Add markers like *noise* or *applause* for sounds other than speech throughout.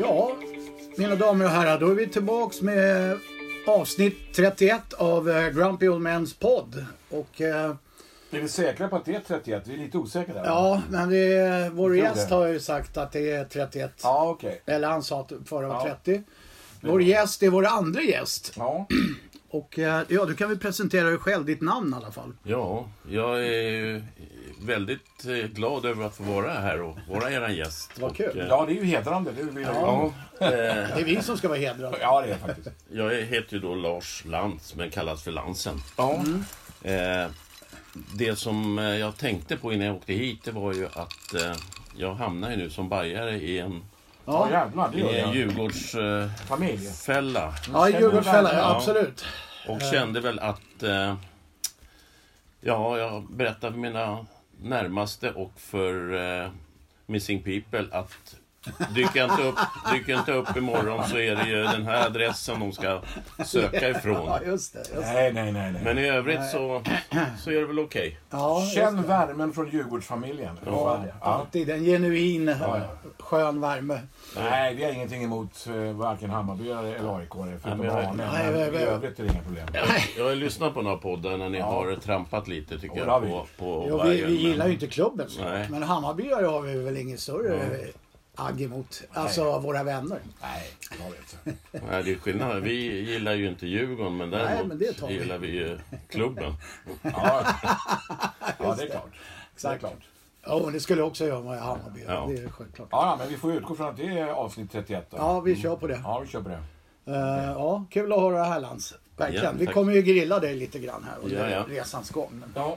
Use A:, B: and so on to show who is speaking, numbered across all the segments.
A: Ja, mina damer och herrar, då är vi tillbaks med avsnitt 31 av eh, Grumpy Old Men's podd. Och eh,
B: Är vi säkra på att det är 31? Vi är lite osäkra där. va?
A: ja, men det, är- vår
B: Jag tror
A: gäst
B: det.
A: har ju sagt att det är 31.
B: Ja, okej.
A: Eller han sa att förra var
B: Ja.
A: 30. Vår gäst är vår andra gäst.
B: Ja.
A: Och eh, ja, du kan väl presentera dig själv, ditt namn i alla fall.
C: Ja, jag är ju väldigt eh, glad över att få vara här och vara er gäst.
A: Vad kul.
C: Och, eh,
B: ja, det är ju hedrande. Det vill jag ju.
C: ja, eh,
A: Det är vi som ska vara hedrade.
B: ja, det är faktiskt.
C: jag heter ju då Lars Lantz, men kallas för Lansen.
B: Ja.
C: Eh, det som eh, jag tänkte på innan jag åkte hit, det var ju att eh, jag hamnar ju nu som bajare i en,
B: ja,
A: Ja,
B: jävlar. Det
C: i
B: gör
C: en
B: jag.
C: Djurgårdsfälla.
B: Familj.
C: fälla
A: ja Djurgårdsfällan, ja,
B: Ja.
A: absolut.
C: och kände väl att... Eh, ja, jag berättade för mina närmaste och för eh, Missing People att dyker jag, inte upp, dyker jag inte upp imorgon så är det ju den här adressen de ska söka ifrån.
A: Ja, just det. Just det.
B: Nej, nej, nej. nej.
C: Men i övrigt så, så är det väl okej.
A: Ja, just
B: Känn värmen från Djurgårdsfamiljen. Ja. Ja.
A: Alltid en genuin
B: Ja,
A: skön värme.
B: Nej, vi har ingenting emot eh, varken Hammarbyare eller AIK. Förutom
C: men jag-
B: Arne.
A: Nej, nej,
B: Men
A: nej.
B: i övrigt är det inga problem.
C: Jag har ju lyssnat på några poddar när ni har trampat lite tycker
B: Ja, det har
C: jag
B: vi.
C: på, på
A: Jo, vi,
C: Bayern,
A: vi gillar
C: men-
A: ju inte klubben så.
C: Nej.
A: Men Hammarbyare har vi väl ingen större agg emot. Alltså våra vänner.
B: Nej, det har vi inte.
C: Nej, det är skillnad. Vi gillar ju inte Djurgården men däremot
A: Nej, men det tar vi.
C: gillar vi ju klubben.
B: Ja, ja det är klart. Det är
A: Exakt.
B: klart.
A: Ja, men det skulle jag också göra med Hammarby.
C: Ja.
A: Det är självklart.
B: Ja, ja, men vi får utgå från att det är avsnitt 31. Då.
A: Ja, vi kör på det.
B: ja, vi kör på det.
A: Eh, ja, kul att höra det här Lans. Verkligen.
C: Ja,
A: vi
C: tack.
A: kommer ju grilla dig lite grann här under
C: Ja, ja.
A: resans gång. Men-
B: Ja.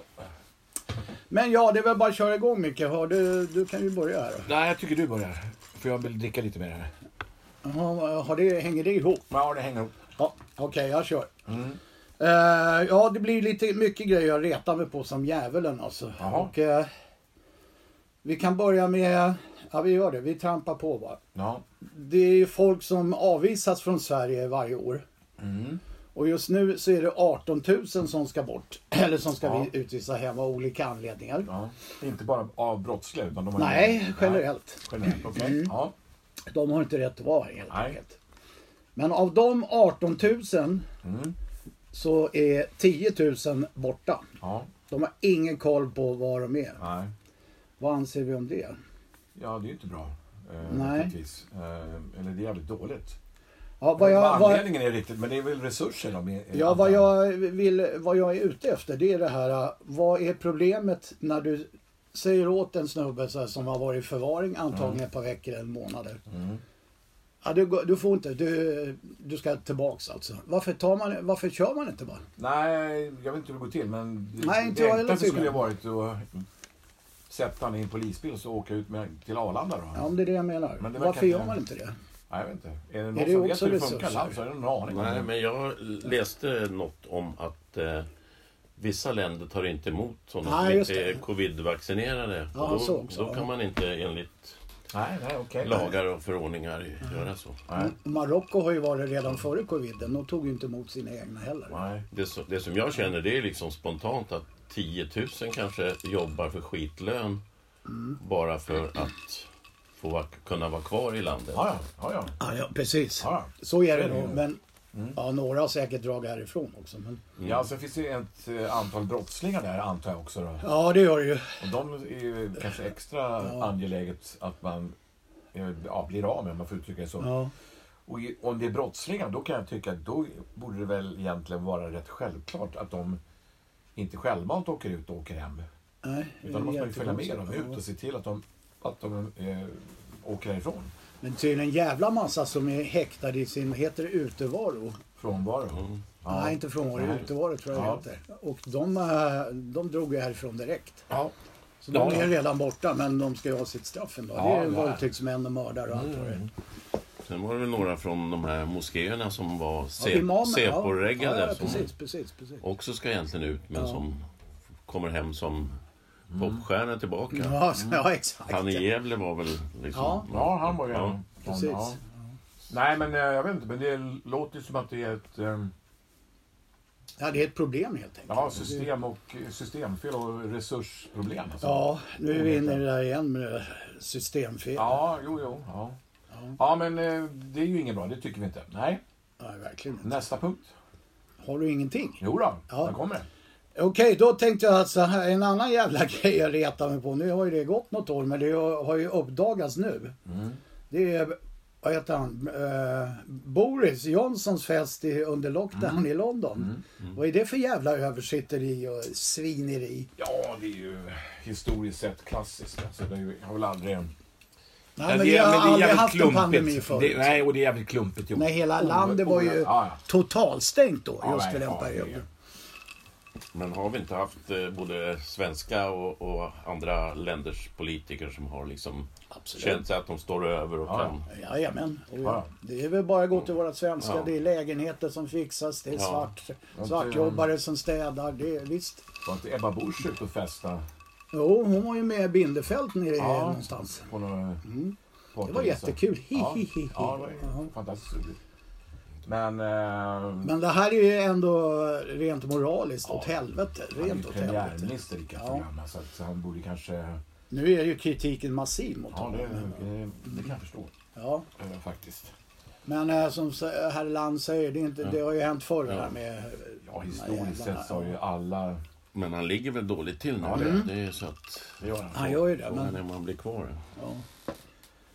A: Men ja, det är väl bara att köra igång Micke. Hör Du, du kan ju börja här. då.
B: Nej, jag tycker du börjar. För jag vill dricka lite mer här.
A: Ja, har det, hänger det ihop?
B: Ja, det hänger ihop.
A: Ja, Okej, jag kör.
B: Mm.
A: Eh, ja, det blir lite mycket grejer jag retar mig på som djävulen alltså.
B: Jaha.
A: Och, eh, vi kan börja med, ja vi gör det, vi trampar på bara.
B: Ja.
A: Det är ju folk som avvisas från Sverige varje år.
B: Mm.
A: Och just nu så är det 18 000 som ska bort, *clears throat* eller som ska
B: Ja.
A: vi utvisa hem av olika anledningar.
B: ja. Inte bara av brottsliga utan de har
A: Nej, generellt. Mm.
B: Nej, generellt. Okej. Ja.
A: De har inte rätt att vara här helt
B: Nej.
A: enkelt. Men av de 18 000
B: Mm.
A: så är 10 000 borta.
B: ja.
A: De har ingen koll på var de är.
B: Nej.
A: Vad anser vi om det?
B: Ja, det är ju inte bra. Eh,
A: Nej.
B: naturligtvis. Eh, eller det är jävligt dåligt.
A: Ja, vad jag,
B: Vad
A: vad,
B: anledningen är riktigt, men det är väl resurser de är,
A: ja, vad, jag vill, vad jag är ute efter det är det här. äh, Vad är problemet när du säger åt en snubbe så här, som har varit i förvaring antagligen
B: Mm.
A: ett par veckor eller månader. Ja, du, går- du får inte, du, du ska tillbaks alltså. Varför, tar man, varför kör man inte bara?
B: Nej, jag vet inte hur det går till men det-
A: Nej, inte
B: det
A: jag heller
B: enklaste skulle ju
A: tydligen.
B: varit att sätta honom i en polisbil och så åka ut med, till Arlanda då.
A: Ja, om det är det jag menar.
B: Men det verkar
A: varför gör
B: inte-
A: man inte det?
B: Nej, jag vet inte. Är det någon
A: Är det
B: som vet
A: också
B: hur det
A: resurser?
B: funkar? Lamm, så är det någon aning. om det.
A: Mm.
C: Nej, men jag läste något om att eh, vissa länder tar inte emot sådana
A: Nej,
C: som
A: just
C: inte är
A: det.
C: covid-vaccinerade.
A: Ja,
C: Och
A: så
C: då,
A: också,
C: då
A: ja.
C: kan man inte enligt
B: Nej, nej, okej.
C: lagar och förordningar göra så.
B: Nej,
A: Marocko har ju varit redan före coviden. De tog ju inte emot sina egna heller.
B: nej.
C: Det, så- det som jag känner det är liksom spontant att 10 000 kanske jobbar för skitlön
A: Mm.
C: bara för att få va- kunna vara kvar i landet.
B: Ja, ja, ja, ja.
A: Ja, ja precis.
B: Ja.
A: Så är det
B: Så är det
A: nog.
B: ju. Mm.
A: Men ja, några har säkert dragit härifrån också. Men...
B: Ja, sen finns det ju ett eh, antal brottslingar där antar jag också. Då.
A: Ja, det gör det ju.
B: Och de är ju kanske extra angeläget att man eh, ja, blir av med, om man får uttrycka det så.
A: Ja.
B: Och i- om det är brottslingar, då kan jag tycka att då borde det väl egentligen vara rätt självklart att de inte självmant åker ut och åker hem.
A: Nej, det
B: Utan då
A: är
B: måste man ju följa med dem
A: jättekonstigt.
B: ut och se till att de, att de eh, åker härifrån.
A: Men tydligen en jävla massa som är häktade i sin, heter det utevaro?
B: Frånvaro.
A: Mm.
B: Ja.
A: Nej, inte frånvaro,
B: Nej.
A: utevaro tror jag
B: Ja.
A: det heter. Och de, eh, de drog ju härifrån direkt.
B: Ja.
A: Så
B: Ja.
A: de är redan borta men de ska ju ha sitt straff ändå.
B: Ja,
A: det är ju
B: ja.
A: våldtäktsmän och mördare och allt vad det är.
C: Sen var det väl några från de här moskéerna som var
A: Ja,
C: se-
A: imamen,
C: seporeggade.
A: Ja, ja,
C: som-
A: precis, precis, precis.
C: också ska egentligen ut men som kommer hem som popstjärna tillbaka.
A: Mm. Ja, så- ja exakt.
C: Han i Gävle var väl liksom...
A: Ja.
B: ja, han var ju
C: Ja.
B: en sån,
A: Precis.
B: ja. Nej, men eh, jag vet inte, men det låter ju som att det är ett eh,
A: Ja, det är ett problem helt enkelt.
B: ja, system och, systemfel och resursproblem. Alltså.
A: Ja, nu är vi inne i det där igen med systemfel.
B: Ja, jo, jo. Ja. Ja, men eh, det är ju inget bra. Det tycker vi inte. Nej.
A: Nej, verkligen inte.
B: Nästa punkt.
A: Har du ingenting?
B: Jo då,
A: Ja.
B: där kommer det.
A: Okej, då tänkte jag att så här, en annan jävla *laughs* grej jag retar mig på. Nu har ju det gått något år, men det har har ju uppdagats nu.
B: Mm.
A: Det är, vad heter han, eh, Boris Johnsons fest i, under lockdown
B: Mm.
A: i London. Vad är det för jävla översitteri och svineri?
B: Ja, det är ju historiskt sett klassiskt. Alltså, det är ju- har väl aldrig...
A: Nej,
B: Ja,
A: men
B: det
A: vi
B: är-
A: har
B: men det är
A: aldrig
B: jävligt
A: haft en
B: klumpigt.
A: pandemi förut.
B: Det, nej, och det är jävligt klumpigt gjort.
A: När hela
B: O-
A: landet var
B: o-
A: ju
B: ja, ja.
A: totalstängt då,
B: Ja,
A: just
B: nej,
A: för den
B: ja, det är-
A: perioden.
C: Men har vi inte haft eh, både svenska och, och andra länders politiker som har liksom
A: Absolut.
C: känt sig att de står över och
B: Ja.
C: kan...
A: Jajamän. Och
B: Ja.
A: Det är väl bara att gå till våra svenska.
C: Ja.
A: Det är lägenheter som fixas. Det är
C: Ja.
A: svart, svartjobbare som städar. Det är, visst.
B: Var inte Ebba Busch ute och festade?
A: Jo, hon var ju med i Bindefält nere
B: Ja.
A: någonstans.
B: På några
A: Det var jättekul.
B: Ja,
A: Hihihihi.
B: ja, det var ju fantastiskt roligt. Men... Eh,
A: Men det här är ju ändå rent moraliskt åt helvete.
B: han är
A: Rent
B: ju
A: åt helvete.
B: premiärminister i
A: Ja.
B: Katarina, så att han borde kanske...
A: Nu är ju kritiken massiv mot
B: Ja, det,
A: honom.
B: det, det kan jag förstå.
A: Ja.
B: eh, Faktiskt.
A: Men eh, som s- herr Land säger, det, är inte, det har ju hänt förr det här med...
B: Ja,
A: de här
B: historiskt
A: jävlarna.
B: sett så har ju alla...
C: Men han ligger väl dåligt till nu?
B: Ja, det-
C: det är ju så att...
B: Det gör han.
A: Han gör ju det,
C: Frågan
A: men...
C: är om han blir kvar.
A: Ja.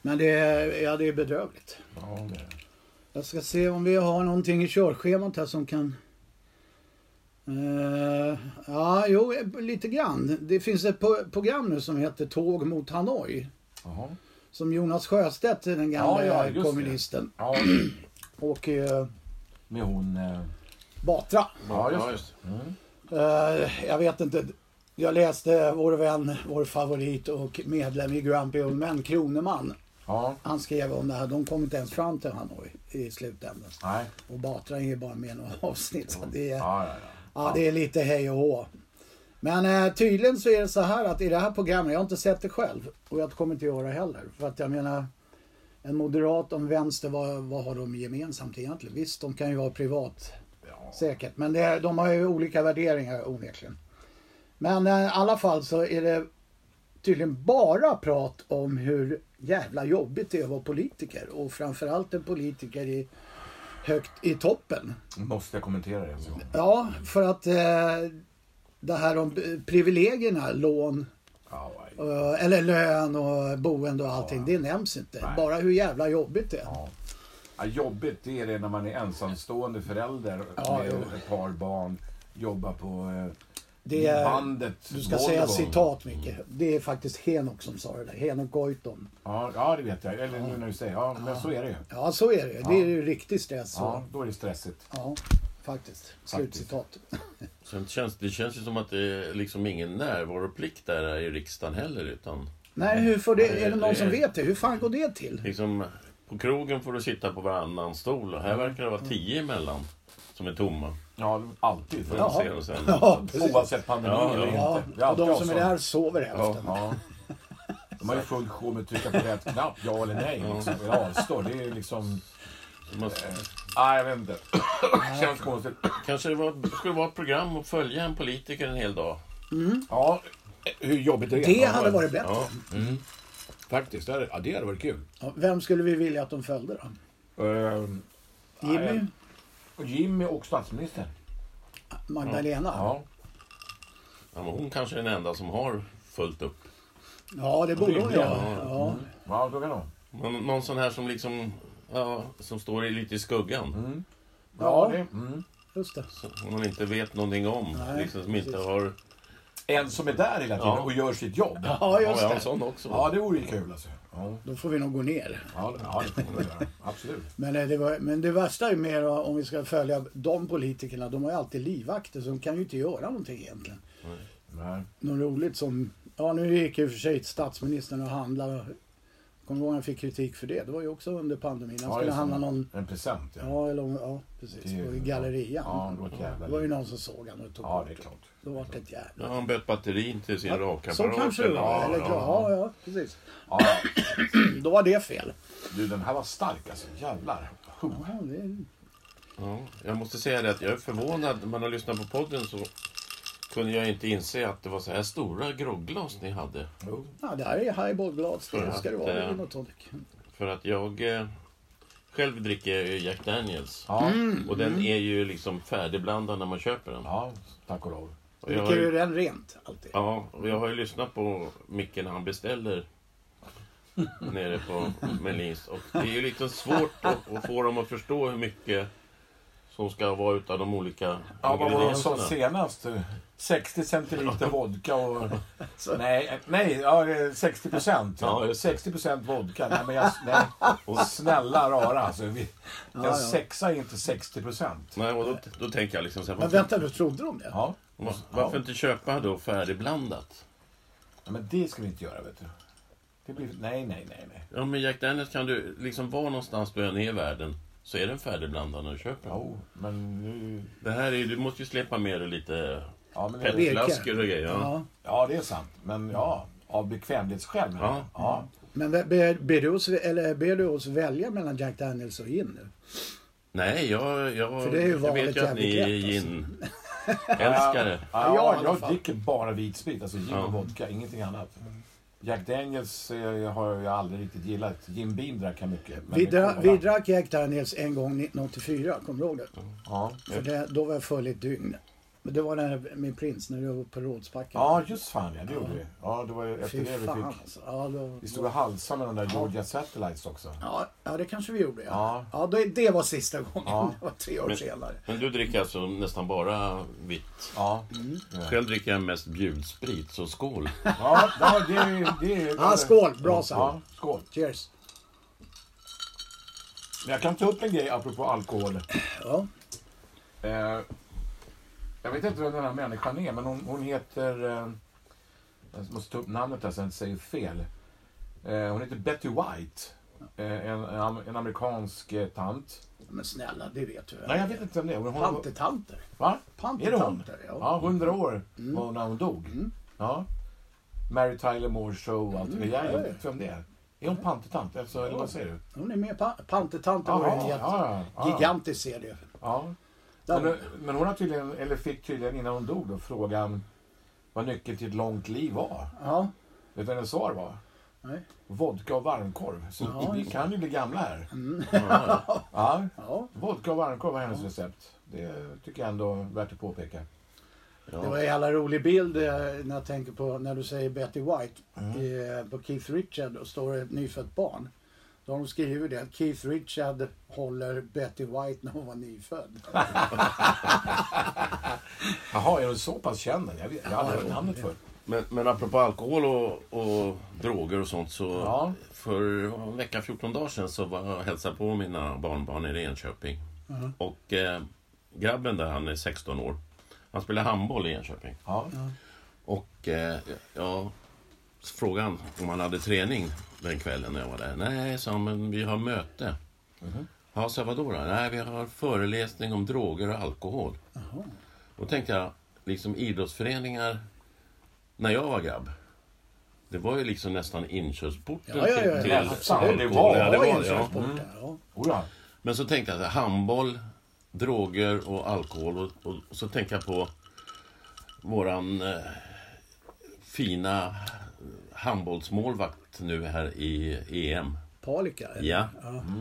A: Men det är, ja, det är bedrövligt.
B: Ja, det.
A: Jag ska se om vi har någonting i körschemat här som kan... Eh, ja, jo, eh, lite grann. Det finns ett po- program nu som heter Tåg mot Hanoi.
B: Jaha.
A: Som Jonas Sjöstedt, den gamla
B: Ja, ja, just det.
A: kommunisten,
B: Ja,
A: och eh,
B: med hon... Eh,
A: Batra.
B: ja, just det. Mm.
A: Eh, jag vet inte. Jag läste vår vän, vår favorit och medlem i Grumpy Old Men, Kroneman.
B: Ja,
A: Han skrev om det här. De kom inte ens fram till Hanoi i slutändan.
B: nej.
A: Och Batra är ju bara med i några *laughs* avsnitt. Så det är...
B: Ja, ja, ja.
A: Ja, det är lite hej och hå. Men eh, tydligen så är det så här att i det här programmet, jag har inte sett det själv och jag kommer inte göra det heller. För att jag menar, en moderat och en vänster, vad, vad har de gemensamt egentligen? Visst, de kan ju vara privat
B: Ja.
A: säkert, men det, är- de har ju olika värderingar onekligen. Men eh, i alla fall så är det tydligen bara prat om hur jävla jobbigt det är att vara politiker och framförallt en politiker i, högt i toppen.
B: Måste jag kommentera det? en gång?
A: Ja, för att eh, det här om eh, privilegierna, lån,
B: Ja, ja, ja.
A: eh, eller lön och boende och allting, det nämns inte.
B: Nej.
A: Bara hur jävla jobbigt det är.
B: Ja. Ja, jobbigt det är det när man är ensamstående förälder
A: Ja,
B: med
A: jo.
B: ett par barn, jobbar på eh,
A: Det är,
B: bandet.
A: du ska
B: Volvo.
A: säga citat Micke. Det är faktiskt Henok som sa det där. Henok Goitom.
B: Ja, ja, det vet jag. Eller nu när du säger Ja, men så är det ju.
A: Ja, så är det ju. Det är ju riktig stress.
B: Ja,
A: Ja,
B: då är det stressigt.
A: ja faktiskt. Slutcitat.
C: Sen känns, det känns ju som att det är liksom ingen närvaroplikt där i riksdagen heller. Utan
A: Nej, hur får det, är det någon
C: Det-
A: som vet det? Hur fan går det till?
C: liksom, på krogen får du sitta på varannan stol och här verkar det vara tio emellan som är tomma.
B: Ja, alltid.
C: Får
B: För
C: jag
A: Jaha.
C: se dem sen.
A: Ja, precis.
B: Oavsett pandemi
C: Ja,
B: eller
A: Ja,
B: inte. Det är
A: och
B: alltid
A: de som är
B: avstånd.
A: där sover
B: Ja,
A: hälften.
B: ja. De har ju full show med att trycka på rätt knapp, ja eller nej. Liksom. Jag avstår. Det är liksom...
C: Det måste-
B: Nej, jag vet inte. Känns konstigt.
C: Kanske det var, skulle vara ett program att följa en politiker en hel dag.
B: Ja, hur jobbigt det är.
A: Det
B: Ja,
A: hade varit bättre.
C: Ja,
B: Faktiskt, det hade, ja, det hade varit kul.
A: Ja, Vem skulle vi vilja att de följde då?
B: Ehm,
A: Jimmy?
B: Nej. och Jimmy och statsministern.
A: Magdalena?
B: Ja.
C: ja, men hon kanske är den enda som har fullt upp.
A: Ja, det borde hon
B: Rimligen.
A: göra. Ja.
B: ja, då kan de.
C: Men någon sån här som liksom ja, som står i- lite i skuggan.
A: Mm.
B: Ja,
A: Ja.
B: det, mm.
A: Just det.
C: Som man inte vet någonting om.
A: Nej,
C: liksom, som inte
A: precis.
C: har...
B: En som är där hela tiden
C: Ja.
B: och gör sitt jobb.
A: Ja,
C: Har
A: just
C: jag en
A: det.
C: sån också?
B: Ja, det vore ju kul alltså. Ja,
A: Då får vi nog gå ner.
B: ja, det- ja det får man göra. Absolut.
A: Men eh, det, var, men det värsta är ju mer om vi ska följa de politikerna. De har ju alltid livvakter så de kan ju inte göra någonting egentligen.
B: Nej.
A: Något roligt som... Ja, nu gick ju för sig statsministern och handlade. Kommer du ihåg han fick kritik för det? Det var ju också under pandemin. Han
B: Ja,
A: skulle
B: just det.
A: handla någon...
B: En present, ja.
A: Ja, eller, ja precis.
B: Det är ju-
A: På gallerian.
B: Ja, det var ett jävla
A: Det var ju
B: liv.
A: någon som såg han och tog
B: Ja,
A: bort
B: det är klart.
A: Då var det ett jävla...
C: Ja, han böt batterin till sin rakapparat.
A: Så kanske det var.
C: Ja,
A: Eller,
C: ja.
A: ja, ja, precis.
B: Ja, ja.
A: Då var det fel.
B: du, den här var stark alltså. Jävlar. Huh.
A: Ja, det är...
C: Ja, jag måste säga det att jag är förvånad. När man har lyssnat på podden så kunde jag inte inse att det var så här stora grogglas ni hade.
B: Jo.
A: Ja, det här är highballglas.
C: För
A: Det ska
C: att,
A: det vara.
C: eh,
A: Gin och tonic.
C: För att jag eh, själv dricker jag ju Jack Daniels.
B: Ja,
A: Mm.
C: Och den är ju liksom färdigblandad när man köper den.
B: ja tack och lov.
C: Och jag, har
A: Dricker du
C: ju,
A: den rent alltid?
C: ja, och jag har ju lyssnat på Micke när
A: *laughs*
C: han beställer nere på Melins. Och det är ju liksom svårt att, att få dem att förstå hur mycket som ska vara utav de olika
B: Ja, vad var det de sa
C: ingredienserna.
B: senast? 60 centiliter vodka
C: *laughs*
B: och... Nej, nej ja, 60 procent.
C: Ja, just det.
B: 60 procent vodka. Nej, men jag,
C: *laughs*
B: nej. Och snälla rara alltså. Vi, en
A: ja.
B: sexa är inte 60 procent.
C: Nej, och då, då tänker jag liksom så här,
A: Men
C: varför,
A: vänta nu, trodde de det?
B: Ja.
C: var- varför inte köpa då färdigblandat?
B: Ja, Men det ska vi inte göra, vet du. Det blir, nej, nej, nej, nej.
C: Ja, men Jack Daniels kan du, liksom var någonstans du än är i världen, så är den färdigblandad när du köper den.
B: Jo, men nu...
C: Det här är ju, du måste ju släppa med dig lite
B: Ja, men det,
A: Pelle.
C: petflaskor och grejer. Ja.
A: Ja.
B: ja, det är sant. Men ja, av bekvämlighetsskäl. menar jag.
C: Ja.
B: Ja.
A: Men ber, ber, du oss, eller ber du oss välja mellan Jack Daniels och gin nu?
C: Nej, jag, jag,
A: För det är ju
C: jag
A: vanligt
C: vet ju att ni är
A: jävligt alltså.
C: gin-älskare.
B: Ja,
A: *laughs* Ja, i alla
B: jag
A: fall.
B: dricker bara vit sprit, alltså gin och
C: Ja.
B: vodka, ingenting annat. Jack Daniels eh, har jag aldrig riktigt gillat. Jim Beam drack jag mycket. men
A: Vi,
B: med
A: dra,
B: cola.
A: vi drack Jack Daniels en gång 1984, kommer du ihåg det?
B: Ja.
A: För det, då var jag full i ett dygn. Men det var när min prins, när jag var på Rådsbacken.
B: ja, just fan ja, det gjorde vi. Ja, det var ju efter
A: Fy
B: det vi
A: fan
B: fick.
A: alltså. Ja, då,
B: Vi stod och halsade med de där Georgia Satellites också.
A: ja, ja, det kanske vi gjorde. Ja,
B: Ja.
A: ja det, det var sista gången.
B: Ja.
A: *laughs* Det var tre år
C: Men-
A: senare.
C: Men du dricker alltså nästan bara vitt.
B: Ja,
A: Mm.
C: Själv dricker jag mest bjudsprit,
A: *laughs*
C: så skål.
B: ja ja, det är ju- det är ju-
A: Ja, skål! Bra
B: Ja,
A: Sam.
B: skål.
A: Cheers!
B: Men Jag kan ta upp en grej apropå alkohol.
A: Ja.
B: Eh, jag vet inte vem den här människan är, men hon, hon heter... Eh, jag måste ta upp namnet här så jag inte säger fel. Eh, hon heter Betty White. Eh, en, en, am- en amerikansk eh, tant.
A: Men snälla, det vet du väl?
B: Nej, jag vet inte vem det är. Hon, hon,
A: Pantetanter.
B: va? Är det hon?
A: Pantetanter, ja.
B: Ja, 100 år var hon när hon dog. Ja. Mary Tyler Moore Show och allt det där. Jag vet inte vem det är. Är hon pantetant? Alltså, eller vad säger du?
A: Hon är med. Pa- Pantetanter var
B: Jaha,
A: en jätte-
B: ja, ja, ja.
A: gigantisk serie.
B: Ja.
A: Där-
B: Men, men hon har tydligen, eller fick tydligen innan hon dog då frågan vad nyckeln till ett långt liv var.
A: Ja.
B: Vet du vad hennes svar var?
A: Nej.
B: Vodka och varmkorv. Så
A: Ja,
B: vi
A: just
B: kan ju bli gamla här.
C: Ja,
B: Ja.
A: Ja.
B: Vodka och varmkorv var hennes recept. Det tycker jag ändå är värt att påpeka.
A: Det var en jävla rolig bild eh, när jag tänker på när du säger Betty White.
C: Mm.
A: Eh, på Keith Richard och står det ett nyfött barn. Då har de skrivit det. att Keith Richard håller Betty White när hon var nyfödd.
B: Jaha, är hon så pass känd? Jag, vet, jag har aldrig hört namnet för.
C: Men, men apropå alkohol och, och droger och sånt så
B: Ja.
C: för en vecka, 14 dagar sedan så var jag och hälsade på mina barnbarn i Enköping. Och eh, grabben där, han är 16 år, han spelar handboll i Enköping.
B: Ja.
C: Och eh, jag frågade han om han hade träning den kvällen när jag var där. Nej, sa han, men vi har möte.
B: Mhm.
C: Ja, sa jag, vadå då? Nej, vi har föreläsning om droger och alkohol. Då tänkte jag, liksom idrottsföreningar, när jag var grabb, det var ju liksom nästan inkörsporten
A: Ja, ja, ja, ja.
C: till,
B: Ja,
C: till
B: fan, det
C: alkohol.
B: var-
C: ja, det var, det, ja. Mm.
A: inkörsport där, ja.
B: Oja.
C: Men så tänkte jag, så här, handboll, droger och alkohol. Och, och, och så tänker jag på våran eh, fina handbollsmålvakt nu här i EM.
A: Palika. eller?
C: Ja. Mm.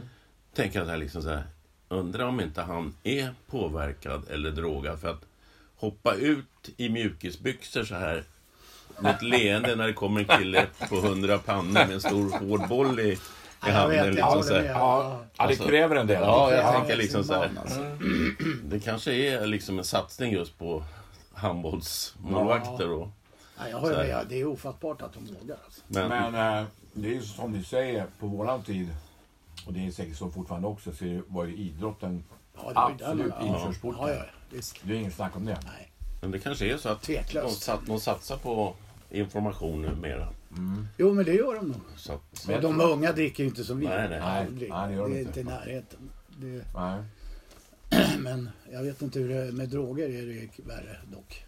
C: Tänker jag så här liksom så här, undrar om inte han är påverkad eller drogad. För att hoppa ut i mjukisbyxor så här med ett leende när det kommer en kille på hundra pannor med en stor hård boll i, i
A: jag vet,
C: handen.
A: jag
C: Liksom,
A: håller
C: så här.
A: med.
B: Ja, ja, det
C: Alltså-
B: kräver en del.
C: Ja, jag
A: Ja,
C: tänker
A: sin
C: liksom så här.
A: man, alltså.
C: *clears throat* Det kanske är liksom en satsning just på handbollsmålvakter. Och,
A: Ja, jag håller
C: Så här.
A: med. Det är ofattbart att de vågar. Alltså.
C: men,
B: Men eh, det är ju som du säger, på våran tid, och det är säkert så fortfarande också, så var ju idrotten
A: Ja, det var ju där
B: absolut
A: man- ja.
B: inkörsporten.
A: Ja, ja, visst.
B: Det är inget snack om det.
A: Nej.
C: men det kanske är så att
A: Tveklöst.
C: de, sat, de satsar på information numera.
A: Jo, men det gör de nog.
C: Så att,
A: Men de unga dricker ju inte som vi.
C: Nej, nej.
A: Aldrig.
B: Nej, nej, det gör de
A: är
B: inte.
A: inte i närheten. Det, *clears throat*
B: Nej.
A: men jag vet inte hur det är med droger. Är det värre dock.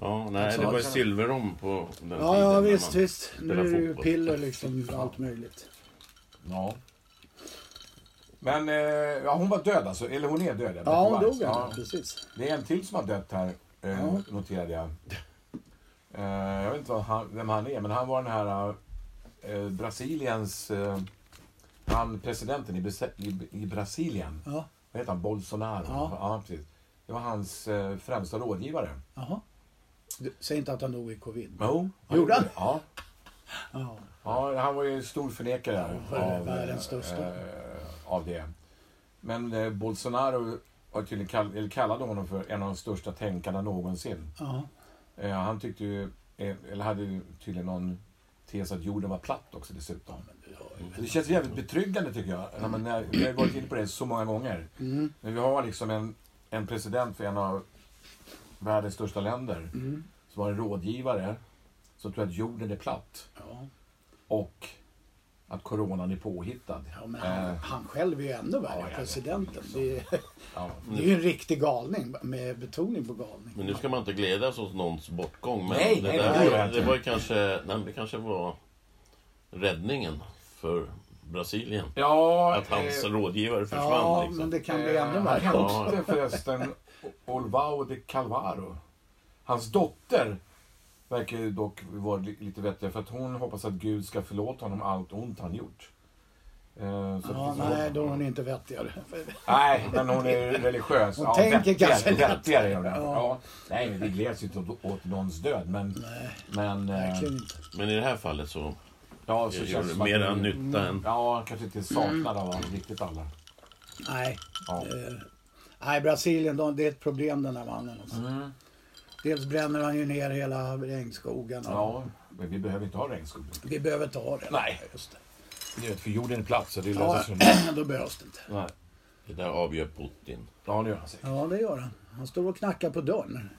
C: ja, nej, det var ju silverrom på den
A: Ja,
C: tiden.
A: ja
C: när
A: visst,
C: man-
A: visst. Nu är
C: spelar
A: det ju
C: fotboll.
A: piller liksom och allt möjligt.
B: Ja. Men eh, ja, hon var död alltså, eller hon är död. Betty
A: Ja, hon
B: White.
A: dog ja. precis.
B: Det är en till som har dött här, eh,
A: Ja.
B: noterade jag. Eh, jag vet inte vad han, vem han är, men han var den här eh, Brasiliens eh, han presidenten i, Bes- i, i Brasilien,
A: Ja,
B: vad heter han, Bolsonaro?
A: Ja.
B: precis. Det var hans eh, främsta rådgivare.
A: jaha. Du, säg inte att han dog i covid.
B: Jo,
A: Gjorde han?
B: Ja.
A: Ja,
B: ja, han var ju stor förnekare
A: Ja,
B: av,
A: världens största.
B: eh, av det. Men eh, Bolsonaro har tydligen kall- eller kallade honom för en av de största tänkarna någonsin.
A: ja.
B: Eh, han tyckte ju, eh, eller hade ju tydligen någon tes att jorden var platt också dessutom. Så det känns jävligt betryggande tycker jag. När man, när, vi har gått in på det så många gånger.
A: Mm,
B: Men vi har liksom en, en president för en av världens största länder
A: mm,
B: som har en rådgivare som tror att jorden är platt
A: ja.
B: och att coronan är påhittad.
A: ja men han,
B: Eh,
A: han själv är ju ännu
B: ja,
A: värre,
B: jag vet.
A: presidenten. Det är, *laughs*
B: ja.
A: det är ju en riktig galning, med betoning på
C: Men
A: galning.
C: nu ska man inte gledas åt någons bortgång. Men
B: Nej,
C: det,
B: nej,
C: där
B: det gör
C: var,
B: jag
C: det
B: inte.
C: var ju kanske, nej, men det kanske var räddningen för Brasilien.
B: ja
C: Att hans
B: eh,
C: rådgivare försvann.
A: Ja,
C: liksom.
A: men det kan bli ännu
B: eh, Han
A: värre.
B: hette förresten Olvao de Calvaro. Hans dotter verkar ju dock vara li- lite vettigare för att hon hoppas att Gud ska förlåta honom allt ont han gjort. Eh, så det
A: Ja,
B: finns en
A: nej,
B: hopp.
A: då är hon inte vettigare.
B: Nej, men hon är religiös.
A: Hon tänker
B: vettigare-
A: kanske lite.
B: vettigare gör hon.
A: Ja.
B: Ja. Nej, men vi gläds ju inte åt, åt någons död. Men,
A: Nej,
B: men
A: *laughs*
B: eh,
A: verkligen inte.
C: Men i det här fallet så,
B: ja, så
C: så gör
B: känns
C: det
B: som att
C: mera
B: hon-
C: nytta än...
B: Ja, kanske inte saknar av honom riktigt alla.
A: Nej,
B: Ja.
A: eh, nej Brasilien, de, det är ett problem den här mannen. Alltså.
B: Mm.
A: Dels bränner han ju ner hela regnskogen. och-
B: ja, men vi behöver inte ha regnskogen.
A: Vi behöver ta det.
B: Nej.
A: Just det.
B: Det är för jorden är platt så det
A: Ja, *clears throat*
B: löser
A: då behövs det inte.
B: Nej.
C: Det där avgör Putin.
B: Ja, det gör han säkert.
A: Ja, det gör han. Han står och knackar på dörren.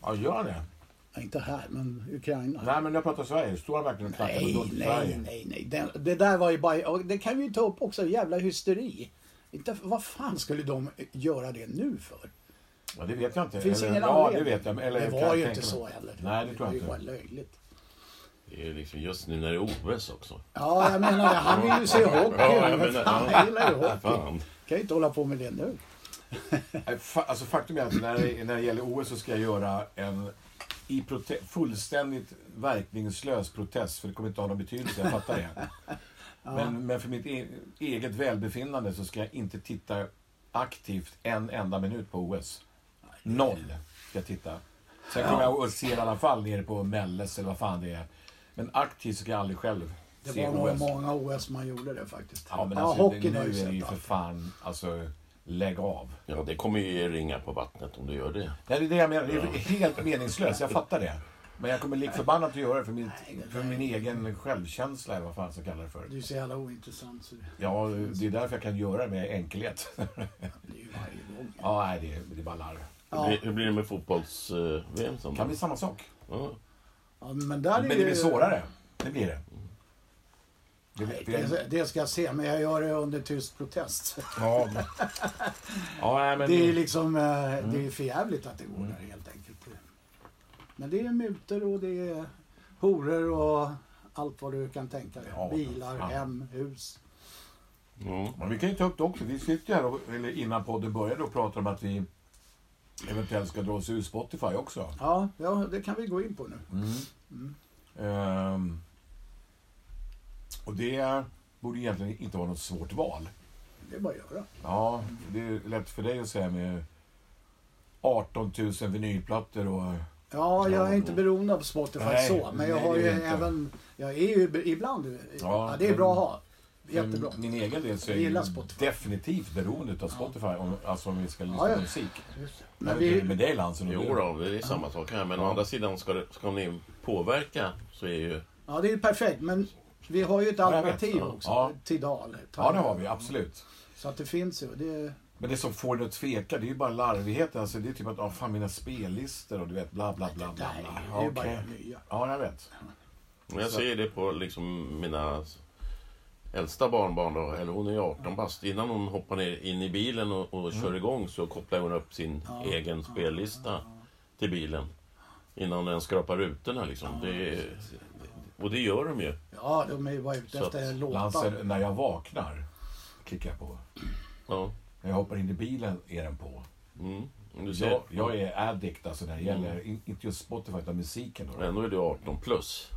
B: Ja, gör han det?
A: Ja, inte här, men Ukraina.
B: Nej, men jag pratar Sverige. Står han verkligen och knackar på
A: Nej,
B: dörren till
A: nej,
B: Sverige?
A: nej, nej. Det, det där var ju bara... och Det kan vi ju ta upp också. Jävla hysteri. Inte, vad fan skulle de göra det nu för?
B: Ja, det vet jag inte.
A: Det finns
B: Eller-
A: ingen
B: Ja, det
A: anledning.
B: vet jag. Eller,
A: Det
B: kan
A: var
B: jag
A: ju
B: tänka
A: inte
B: mig.
A: så heller.
B: Nej, det tror jag
A: Det var
B: inte.
A: löjligt.
C: Det är liksom just nu när det är OS också.
A: Ja, jag menar det. Han vill ju
B: *laughs*
A: se hockey.
C: Ja, jag
A: jag,
C: menar,
A: fan,
C: ja.
A: jag gillar ju hockey.
C: Fan.
A: Kan ju inte hålla på med det nu.
B: Nej, fa- Alltså faktum är att när det, när det gäller OS så ska jag göra en i prote- fullständigt verkningslös protest för det kommer inte ha någon betydelse, jag fattar
A: *laughs*
B: det. Men, men för mitt e- eget välbefinnande så ska jag inte titta aktivt en enda minut på OS. Noll ska jag titta. Sen kommer jag att se det i alla fall nere på Melles eller vad fan det är. Men aktivt ska jag aldrig själv
A: Det
B: se
A: var nog i
B: OS.
A: många OS man gjorde det faktiskt.
B: Ja men alltså, det,
A: hockeyn
B: nu
A: har ju
B: är det
A: sett
B: ju för
A: allt.
B: fan, alltså lägg av.
C: Ja, det kommer ju ge ringar på vattnet om du gör det.
B: Nej, det är det jag menar. Det är helt meningslöst, jag fattar det. Men jag kommer lik förbannat att göra det för min, för min egen självkänsla, eller vad fan ska jag kallar det för.
A: Det är ju så jävla ointressant så det
B: Ja, det är därför jag kan göra det med enkelhet. *laughs*
A: blir ju varje gång.
B: Ja, nej, det är, det är bara larv.
C: Hur,
A: Ja,
C: blir, hur blir det med eh, fotbolls-VM sen
B: Kan
C: då?
B: bli samma sak.
C: Ja.
A: ja, men där är
B: Men det blir
A: ju...
B: svårare. Det blir det. Det
A: Nej,
B: blir, det,
A: Det, det ska jag se, men jag gör det under tyst protest.
B: ja,
A: *laughs*
B: men- ja, nej, men...
A: Det är ju liksom, eh,
B: Mm.
A: det är ju för jävligt att det går där helt enkelt. Men det är mutor och det är horor och allt vad du kan tänka dig.
B: Ja,
A: Bilar,
B: fan.
A: hem, hus.
C: Ja.
B: Men vi kan ju ta upp det också. Vi sitter ju här, och, eller innan podden började, och pratar om att vi eventuellt ska dra oss ur Spotify också.
A: Ja, ja, det kan vi gå in på nu.
B: Mm. Ehm, och det borde egentligen inte vara något svårt val.
A: Det är bara att göra.
B: Ja, det är lätt för dig att säga med 18 000 vinylplattor och...
A: Ja, jag är inte beroende av Spotify
B: Nej,
A: så, men jag
B: nej,
A: har
B: det
A: ju
B: är inte.
A: även... Jag är ju ibland... Ja,
B: Ja,
A: det är
B: men-
A: bra att ha. Jättebra.
B: För Min egen del så är
A: Jag gillar
B: jag ju
A: Spotify.
B: definitivt beroende av Spotify, om, alltså om vi ska lyssna
A: Ja, ja.
B: på musik.
A: Men
B: Jag vet
A: vi,
B: inte Med dig Lansen och
C: Jo
B: du.
C: då, det är samma sak här. Men å andra sidan, ska, det, ska ni påverka så är ju...
A: ja, det är ju perfekt, men vi har ju ett
B: jag vet,
A: alternativ
B: ja.
A: också.
B: Ja.
A: Tidal.
B: Ja, det har vi. Absolut.
A: Så att det finns ju. Det,
B: Men det som får dig att tveka, det är ju bara larvigheten. Alltså, det är typ att, ah, fan mina spellistor och du vet, bla bla bla. bla,
A: nej,
B: bla.
A: det är ju bara
B: Okej.
A: nya.
B: Ja, jag vet.
C: Men jag ser det på liksom mina äldsta barnbarn då, eller hon är ju 18 bast. Innan hon hoppar ner in i bilen och, och kör igång så kopplar hon upp sin egen spellista till bilen. Innan hon ens skrapar rutorna liksom. Det, är- och det gör de ju.
A: Ja, de är ju bara ute
C: Så
A: efter
C: att
A: låtar.
B: Lansen, när jag vaknar, klickar jag på.
C: Ja.
B: När jag hoppar in i bilen är den på.
C: Mm. Du ser.
B: Jag, jag är addict alltså när det gäller, in, inte just Spotify utan musiken. Då.
C: Ändå är du 18 plus.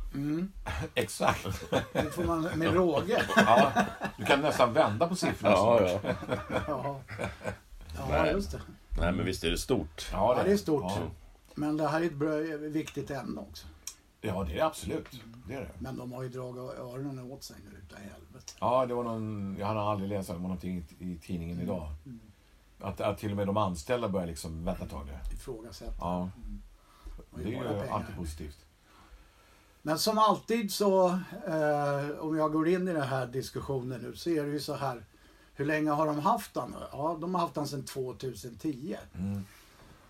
B: Exakt! *laughs*
A: Det får Mm, man med råge.
B: Ja, du Du kan nästan vända på siffrorna snart.
C: Ja, ja.
A: Ja, ja
C: Nej.
A: just det.
C: Nej, men visst är det stort.
A: Ja, det är stort. Men det här är ett bra- viktigt ämne också.
B: Ja, det är det absolut. Det är det.
A: Men de har ju dragit öronen åt sig nu utav helvete.
B: Ja, det var någon, jag hann aldrig läsa det var någonting i, i tidningen idag.
A: Mm.
B: Att, att till och med de anställda börjar liksom vänta ett tag nu.
A: Ifrågasätta.
B: Ja,
A: Och
B: det är
A: Mm. bara
B: ju
A: pengar.
B: alltid positivt.
A: Men som alltid så, eh, om jag går in i den här diskussionen nu, så är det ju så här. Hur länge har de haft han? Ja, de har haft han sedan 2010.
B: Mm.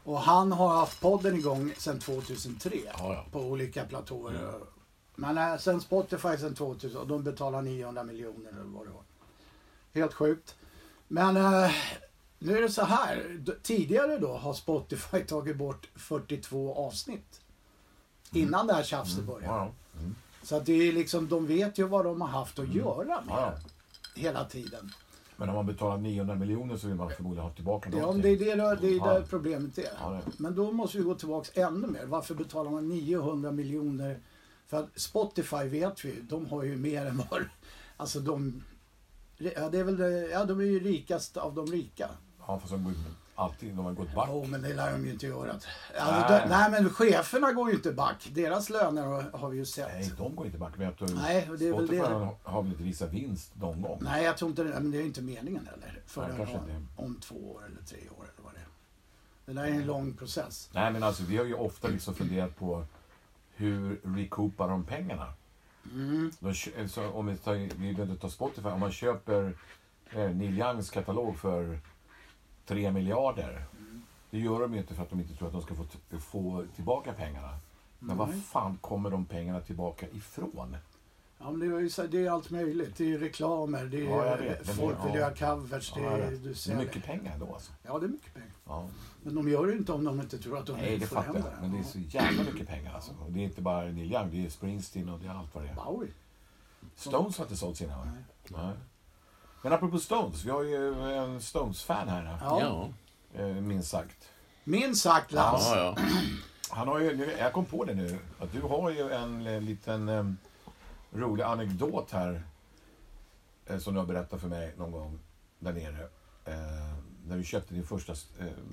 A: Och han har haft podden igång sedan 2003.
B: Ja, ja.
A: På olika platåer.
B: Ja.
A: Men eh, sen Spotify sedan 2000 och de betalar 900 miljoner eller vad det var. Helt sjukt. Men eh, nu är det så här. D- Tidigare då har Spotify *laughs* tagit bort 42 avsnitt. Innan det här tjafset började.
B: Ja, mm.
A: Så att det är liksom, de vet ju vad de har haft att göra med
B: ja. ja.
A: hela tiden.
B: Men om man betalar 900 miljoner så vill man förmodligen ha tillbaka
A: Ja, om det är
B: någonting.
A: det, då- det är
B: Ja.
A: där problemet är.
B: Ja, det är det.
A: Men då måste vi gå tillbaks ännu mer. Varför betalar man 900 miljoner? För att Spotify vet vi ju, de har ju mer än vad... Alltså de... Ja, det är väl det, ja, de är ju rikast av de rika.
B: Ja, fast de går ju alltid, de har gått back.
A: Jo, men det lär de ju inte göra. Alltså,
B: Nej.
A: nej. De, nej, men cheferna går ju inte back. Deras löner har, har vi ju sett.
B: Nej, de går inte back. Men jag tror
A: Nej, och det är väl
B: Spotify
A: det.
B: har- har väl inte visat vinst någon gång.
A: Nej, jag tror inte det. Men det är inte meningen heller. Förrän
B: kanske
A: om,
B: inte.
A: om två år eller tre år eller vad det är. Det där är en lång process.
B: Nej, men alltså vi har ju ofta liksom funderat på hur recoupar de pengarna?
A: Mm.
B: De, kö- så om vi, tar, vi behöver inte ta Spotify. Om man köper eh, Neil Youngs katalog för 3 miljarder. Det gör de ju inte för att de inte tror att de ska få, t- få tillbaka pengarna. Men var fan kommer de pengarna tillbaka ifrån?
A: Ja, men det, är ju, så- det är allt möjligt. Det är ju reklamer, det är,
B: Ja, jag vet. Men
A: folk
B: det-
A: vill
B: ja.
A: göra covers.
B: Ja,
A: Det,
B: jag
A: är,
B: vet.
A: du
B: det
A: ser
B: är
A: det.
B: mycket pengar då alltså.
A: Ja, det är mycket pengar.
B: Ja.
A: Men de gör det inte om de inte tror att de
B: Nej, det
A: får
B: fattar
A: hem
B: jag. Men det är så jävla mycket pengar alltså. Och det är inte bara Neil Young, det är Springsteen och det är allt vad det är.
A: Ja. Bowie.
B: Stones har inte sålt sina va?
A: Nej.
B: Nej. Men apropå Stones, vi har ju en Stones-fan här.
A: Ja.
C: Ja,
B: eh, Minst sagt.
A: Minst sagt Lans.
C: ja, ja.
B: Han har ju, nu, jag kom på det nu, att du har ju en eh, liten eh, rolig anekdot här. Eh, som du har berättat för mig någon gång där nere. Eh, när du köpte din första eh,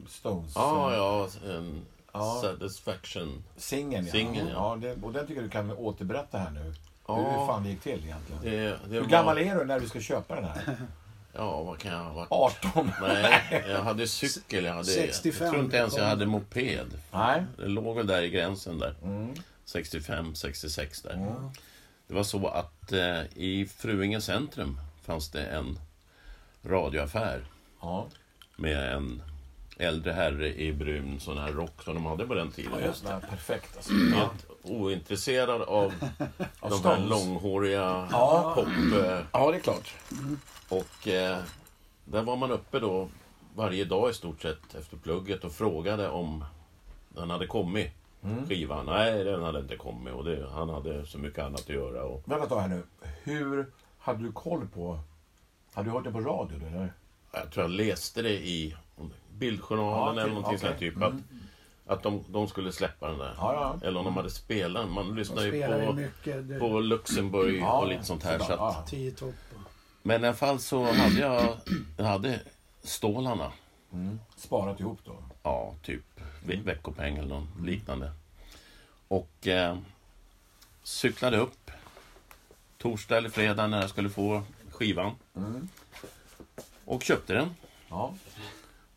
B: Stones.
C: Ah, Ja,
B: eh,
C: ja. En
B: Ja.
C: satisfaction.
B: Singeln, ja.
C: Singeln,
B: ja.
C: ja.
B: det, och den tycker jag du kan återberätta här nu.
C: Ja.
B: Hur fan det gick till egentligen.
C: Det, det
B: Hur
C: var-
B: gammal är du när du ska köpa den här?
C: *laughs* Ja, vad kan jag ha varit?
B: 18?
C: Nej, jag hade cykel. Jag, hade,
A: 65
C: jag tror inte ens jag hade moped.
B: Nej. Mm.
C: Det låg väl där i gränsen där. 65, 66 där. Det var så att eh, i Fruinge centrum fanns det en radioaffär
B: Ja.
C: med en äldre herre i brun sån här rock som de hade på den tiden.
B: Ja, just det. Perfekt alltså.
C: Helt ointresserad av de här
B: Stones.
C: långhåriga
B: Ja.
C: pop... Eh,
B: Ja, det är klart.
C: och eh, där var man uppe då varje dag i stort sett efter plugget och frågade om den hade kommit.
B: Mm.
C: Skivan, nej den hade inte kommit och det, han hade så mycket annat att göra. Och,
B: Vänta ett tag här nu. Hur hade du koll på... Hade du hört det på radio då, eller?
C: jag tror jag läste det i
B: Ja,
C: Bildjournalen
B: okej,
C: eller någonting sånt här
B: okej. Mm.
C: typ. Att, att de, de skulle släppa den där.
B: Ja, ja.
C: Eller om de hade spelat den. Man lyssnade ju
A: Spelar ju
C: på,
A: mycket. Det,
C: på Luxemburg
B: Ja,
C: och lite sånt här. Så
B: sådär,
C: att,
B: ja.
A: Tio topp.
C: Men i alla fall så hade jag, jag hade stålarna.
B: Mm. Sparat ihop då?
C: Ja, typ ve- veckopeng eller något liknande. Och eh, cyklade upp torsdag eller fredag när jag skulle få skivan. Och köpte den.
B: Ja.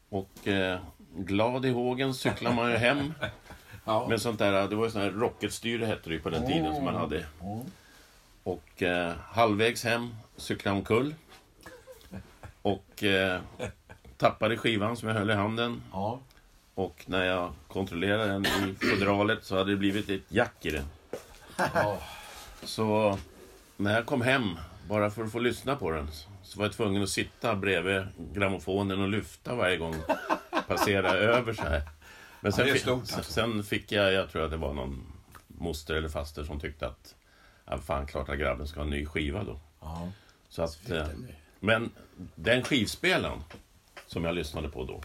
C: Och eh, glad i hågen cyklar man ju hem
B: Ja.
C: med sånt där. Det var ju sån här rocketstyre hette det ju på den tiden som man hade. Och eh, halvvägs hem cyklade jag omkull. Och eh, tappade skivan som jag höll i handen.
B: ja.
C: Och när jag kontrollerade den i fodralet så hade det blivit ett jack i den.
B: ja.
C: Så när jag kom hem, bara för att få lyssna på den, så var jag tvungen att sitta bredvid grammofonen och lyfta varje gång. Passera över så här. Men sen,
B: det är
C: fi-
B: stort, alltså.
C: sen fick jag, jag tror att det var någon moster eller faster som tyckte att ja, fan klart att grabben ska ha en ny skiva då.
B: ja.
C: Så att, eh, men den skivspelaren som jag lyssnade på då.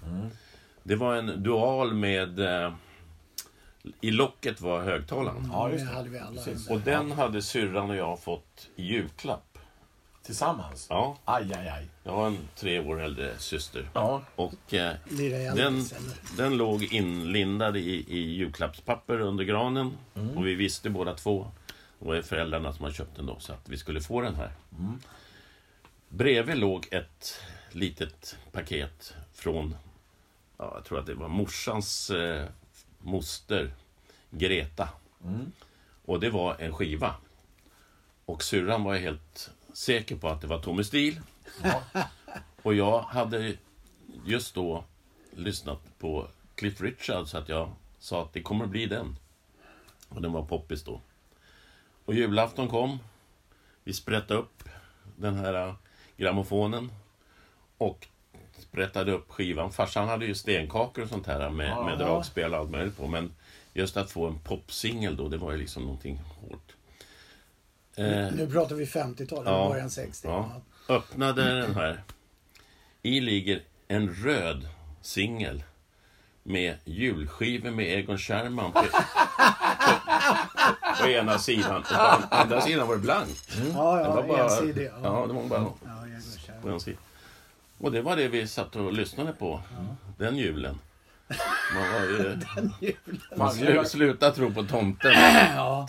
C: Det var en dual med... Eh, I locket var högtalaren.
B: Ja,
A: det
B: just det.
A: hade vi alla.
B: Precis.
C: Och den hade syrran och jag fått i julklapp.
B: tillsammans.
C: Ja,
B: Aj, aj, aj.
C: jag har en tre år äldre syster.
B: Ja.
C: Och eh,
A: Lirar jag
C: den,
A: Alex, eller?
C: den låg inlindad i, i julklappspapper under granen. Och vi visste båda två, det var ju föräldrarna som hade köpt den då, så att vi skulle få den här. Bredvid låg ett litet paket från, ja, jag tror att det var morsans eh, moster, Greta. Och det var en skiva. Och syrran var ju helt säker på att det var Tommy Steele. *laughs* Och jag hade just då lyssnat på Cliff Richard så att jag sa att det kommer att bli den. Och den var poppis då. Och julafton kom. Vi sprättade upp den här eh, grammofonen. Och sprättade upp skivan. Farsan hade ju stenkakor och sånt här äh, med, med
B: Ja.
C: dragspel och allt möjligt på. Men just att få en popsingel då, det var ju liksom någonting hårt. Eh,
A: Nu pratar vi 50-talet,
C: Ja.
A: början 60.
C: Ja. Öppnade den här. I ligger en röd singel med julskivor med Egon Scherman på, på, på ena sidan. Och På an- andra sidan var det blankt.
A: Ja,
C: det
A: Mm. ja,
C: var bara,
A: ensidig. Ja.
C: ja, det var bara
A: Ja, jag går så här.
C: på en sida. Och det var det vi satt och lyssnade på den julen. Man
A: *laughs*
C: var ju
B: Fan,
C: slu,
B: jag,
C: sluta tro på tomten.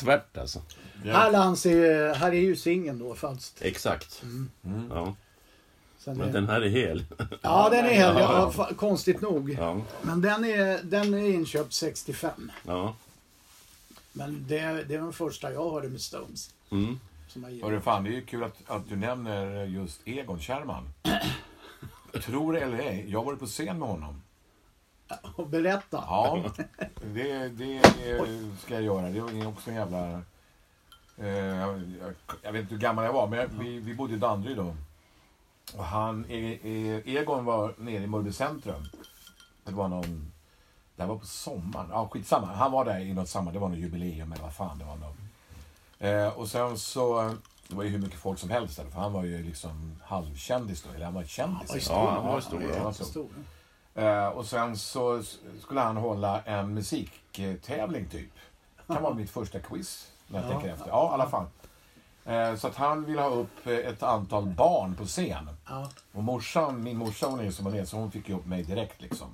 C: Tvärt alltså.
A: Här, anser, ju- här är ju singeln då fast.
C: Exakt.
A: Mm.
C: Ja.
A: Sen
C: Men
A: är,
C: den här är hel. *laughs*
A: ja, den är hel.
C: Ja,
A: Ja,
C: ja.
A: fa- konstigt nog.
C: Ja.
A: Men den är, den är inköpt 65.
C: Ja.
A: Men det, det var den första jag hörde med Stones.
C: Mm.
A: Som jag gillar.
B: hörru, fan, det är ju kul att, att du nämner just Egon Kärrman. Tror det eller ej, jag har varit på scen med honom.
A: Och berätta.
B: Ja, *laughs* det, det eh, ska jag göra. Det var också en jävla... Eh, jag, jag vet inte hur gammal jag var, men jag, vi, vi bodde i Danderyd då. Och han, E- E- Egon var nere i Mörby centrum. Det var någon... Det här var på sommaren. Ja, skitsamma. Han var där i något sammanhang. Det var något jubileum eller vad fan det var. Då. Eh, och sen så... Det var ju hur mycket folk som helst där, för han var ju liksom halvkändis då. Eller han var kändis.
A: Oj,
C: Ja, han var
B: Ja,
C: stor.
B: han
C: Ja.
B: var stor.
A: stor.
B: Eh, och sen så s- skulle han hålla en musiktävling typ. Det kan vara mitt första quiz när jag
A: Ja.
B: tänker efter. Ja, i alla fall. Eh, så att han ville ha upp eh, ett antal barn på scen.
A: Ja.
B: Och morsan, min morsa hon är ju som hon är så hon fick ju upp mig direkt liksom.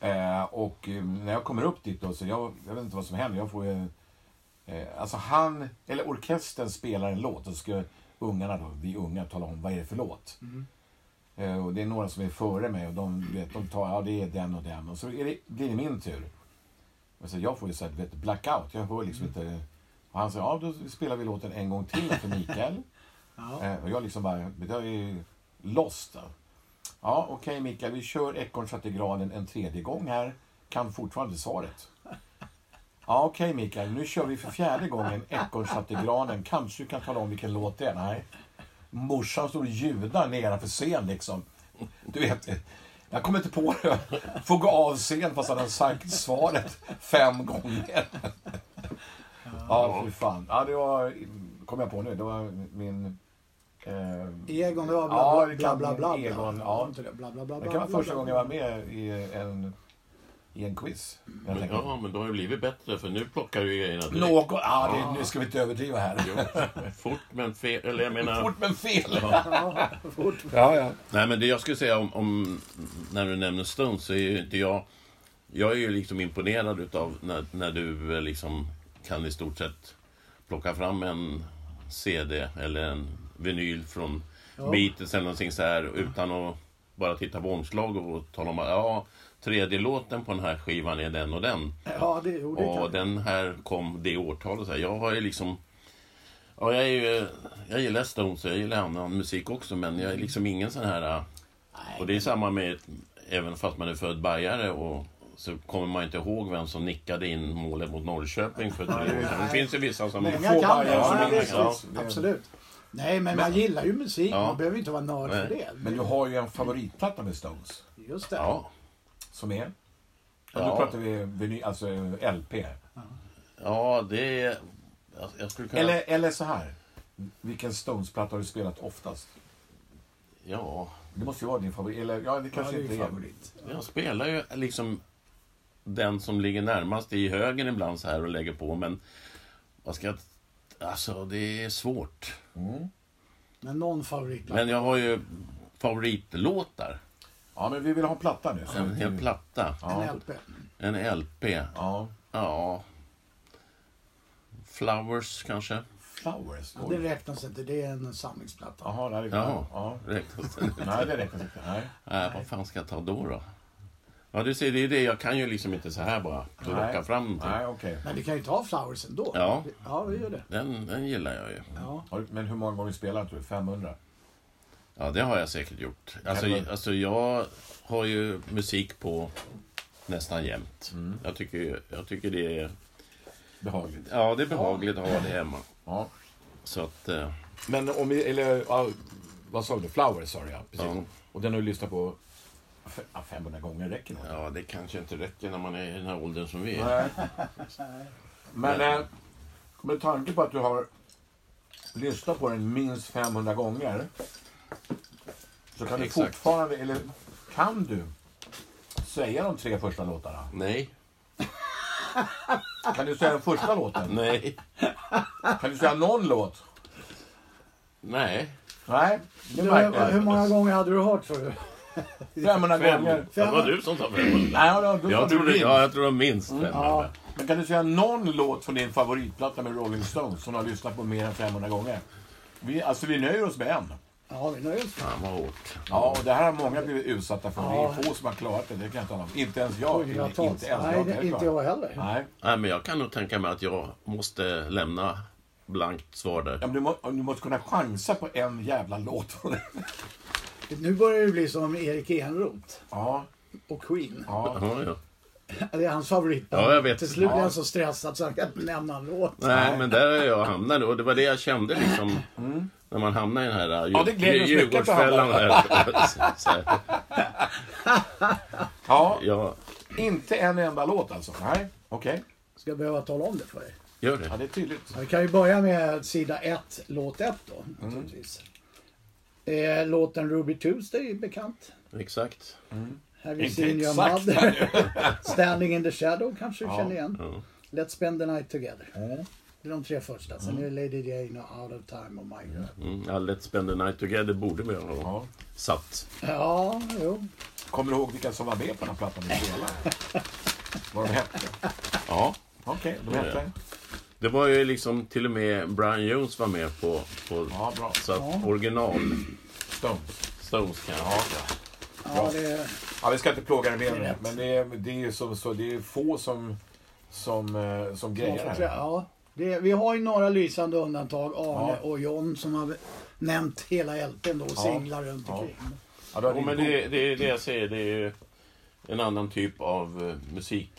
B: Eh, och eh, när jag kommer upp dit då så jag, jag vet inte vad som händer. Jag får ju... Eh, alltså han, eller orkestern spelar en låt och ska ungarna då, vi unga, tala om vad är det för låt. Eh, och det är några som är före mig och de, du vet, de tar, ja det är den och den. Och så är det, blir det min tur. Och så jag får ju så här, du vet, blackout. Jag hör liksom inte. Och han säger, ja då spelar vi låten en gång till för Mikael.
A: Ja.
B: Eh, Och jag liksom bara, jag är ju lost. Då. Ja, okej Mikael, vi kör Ekorn satte graden en tredje gång här. Kan fortfarande svaret. Ja, okej Mikael, nu kör vi för fjärde gången Ekorn satte granen. Kanske du kan tala om vilken låt det är? Nej. Morsan står och judar nedanför scen liksom. Du vet, jag kommer inte på det. Får gå av scen fast han har sagt svaret fem gånger. Ja, fy fan. Ja, det var, kom jag på nu, det var min... Eh,
A: Egon, det var bla
B: Ja, det
A: bla
B: kan
A: bla bla.
B: bli
A: bla.
B: Egon, ja.
A: Var inte det? Bla, bla, bla,
B: Det kan vara
A: bla,
B: första
A: bla,
B: gången
A: bla.
B: jag var med i en, i en quiz. Jag
C: Men,
B: tänker.
C: Mm. ja, men då har det blivit bättre för nu plockar du ju grejerna direkt.
B: Något, ja, det, nu ska vi inte överdriva här.
C: Jo, fort men fel, eller jag
B: *laughs*
C: menar...
B: Fort men fel!
A: Ja, fort.
B: Ja, ja.
C: Nej men det jag skulle säga om, om, när du nämner Stones så är ju inte jag... Jag är ju liksom imponerad utav när, när du eh, liksom kan i stort sett plocka fram en CD eller en vinyl från
A: Ja.
C: Beatles eller någonting så här utan att bara titta på omslag och tala om att ja, tredje låten på den här skivan är den och den.
A: Ja, det gjorde
C: Och
A: det.
C: den här kom det årtalet. Så här. Jag har ju liksom... Ja, jag, är ju, jag gillar Stones och jag gillar annan musik också men jag är liksom ingen sån här... äh, Och det är samma med... Även fast man är född bajare och så kommer man inte ihåg vem som nickade in målet mot Norrköping för tre år sedan. Det finns ju vissa som...
A: Många
B: Få
A: kan det.
B: varje
A: Ja,
B: som
A: visst,
C: många,
A: visst, Absolut. Nej, men man gillar ju musik.
C: Ja.
A: Man behöver inte vara nörd för
C: Nej.
A: det.
B: Men du har ju en favoritplatta med Stones.
A: Just det.
C: Ja,
B: Som är? Ja. Nu
C: Ja.
B: pratar vi vinyl, alltså LP.
C: ja, det är... jag- Jag skulle kunna...
B: Eller, eller så här. Vilken Stones-platta har du spelat oftast?
C: Ja,
B: Det måste ju vara din favorit. Eller ja, det
A: Ja,
B: kanske
A: det är ju
B: inte är.
A: favorit.
C: jag spelar ju liksom den som ligger närmast i högen ibland så här och lägger på men vad ska jag... Alltså det är svårt.
B: Mm.
A: Men någon favoritlåt.
C: Men jag har ju favoritlåtar.
B: Ja, men vi vill ha en platta nu. så
C: En
B: att-
C: hel platta.
B: Ja.
A: En LP.
C: En LP.
B: ja.
C: Ja. Flowers
B: *laughs*
C: kanske?
B: Flowers.
A: Det räknas inte, det är en samlingsplatta.
B: Jaha, det är
C: Jaha.
B: ja.
C: Räknas den?
B: Nej, det räcker inte. Nej.
C: Nej, vad fan ska jag ta då då? Ja, du ser, det är det. Jag kan ju liksom inte så här bara plocka
B: Nej.
C: fram någonting.
B: Nej, okej.
A: Men vi kan ju ta Flowers ändå.
C: Ja.
A: Ja, vi gör det.
C: Den, den gillar jag ju.
A: Ja.
B: Har du- Men hur många gånger spelar du? 500?
C: Ja, det har jag säkert gjort. Alltså,
B: Kan du-
C: alltså jag har ju musik på nästan jämt. Jag, tycker, jag tycker det är...
B: Behagligt.
C: Ja, det är behagligt att ha det hemma.
B: Ja.
C: Så att... eh,
B: Men om vi, eller ja, vad sa du? Flowers sa du ja. Precis.
C: Ja.
B: Och den har du lyssnat på f- ja, 500 gånger, räcker nog.
C: Ja, det kanske inte räcker när man är i den här åldern som vi är. *laughs*
B: Nej. Men eh, med tanke på att du har lyssnat på den minst 500 gånger så kan du
C: Exakt.
B: fortfarande, eller kan du säga de tre första låtarna?
C: Nej.
B: Kan du säga den första låten?
C: Nej.
B: Kan du säga någon låt?
C: Nej.
B: Nej, det
A: Du,
B: märker
A: hur
B: jag.
A: många gånger hade du hört tror du?
B: 500
C: Fem.
B: gånger.
C: Det var du som sa fem.
B: Nej, ja, då, då
C: Jag
B: får
C: tror,
B: du
C: det,
B: in.
C: ja, jag tror det var minst Mm, fem.
A: Ja.
B: Men kan du säga någon låt från din favoritplatta med Rolling Stones som du har lyssnat på mer än 500 gånger? Vi, alltså vi nöjer oss med en.
A: Ja, vi nöjer oss med
C: Fan vad hårt.
B: Ja, och det här har många blivit utsatta för.
A: Ja.
B: Det är få som har klarat det, det kan jag tala om. Inte ens jag. Inte
A: hundratals.
B: ens jag.
A: Nej,
B: kan
A: det, inte
B: klara
A: jag
B: det.
A: heller.
B: Nej.
C: Nej, men jag kan nog tänka mig att jag måste lämna blankt svar
B: Ja,
C: där.
B: men du, må, du måste kunna chansa på en jävla låt.
A: Nu börjar det bli som Erik Enroth
B: ja,
A: och Queen.
B: ja.
C: Ja, ja.
A: Det är hans favoritband.
C: Ja, jag vet.
A: Till slut blir
B: Ja.
A: han så stressad så han kan inte nämna en låt.
C: Nej, men där är jag hamnade och det var det jag kände liksom när man hamnar i den här uh,
B: Ja, det gläder oss mycket att du
C: här. *laughs* Så- så här.
B: ja.
C: Jag
B: Inte en enda låt alltså. Nej, okej.
A: Ska jag behöva tala om det för dig?
C: gör
B: Ja,
C: det.
B: det är tydligt.
A: Ja, Vi kan ju börja med sida 1, låt 1 då. naturligtvis. Eh, låten Ruby Tuesday är bekant.
C: Exakt.
A: Have you
B: Inte
A: seen your
B: exakt, *laughs*
A: mother? Standing in the shadow kanske du
B: Ja.
A: känner igen.
C: Ja.
A: Let's spend the night together.
B: Mm.
A: Det är de tre första. Sen är det Lady Jane och Out of time och My Girl.
C: Mm. ja, Let's spend the night together borde vi ha
B: Ja.
C: satt.
A: Ja, jo.
B: Kommer du ihåg vilka som var med på den här plattan du spelade? Vad de hette?
C: Ja.
B: Okej, de hette?
C: Det var ju liksom till och med Brian Jones var med på, på
B: Ja, bra.
C: så att original
B: Stones.
C: Stones kan jag
B: Ja.
A: Ja, det är...
B: Ja, vi ska inte plåga dig mer
A: Det är
B: med det.
A: rätt.
B: Men det är, det är ju så, så, det är få som, som, eh, som grejer det här.
A: Ja, det, vi har ju några lysande undantag. Arne
B: Ja.
A: och John som har nämnt hela LPn då och
B: Ja.
A: singlar runt
B: Ja.
A: omkring.
B: Ja, du har
C: Jo,
B: din
C: men
B: bok.
C: det, det är det jag säger. Det är ju en annan typ av eh, musik.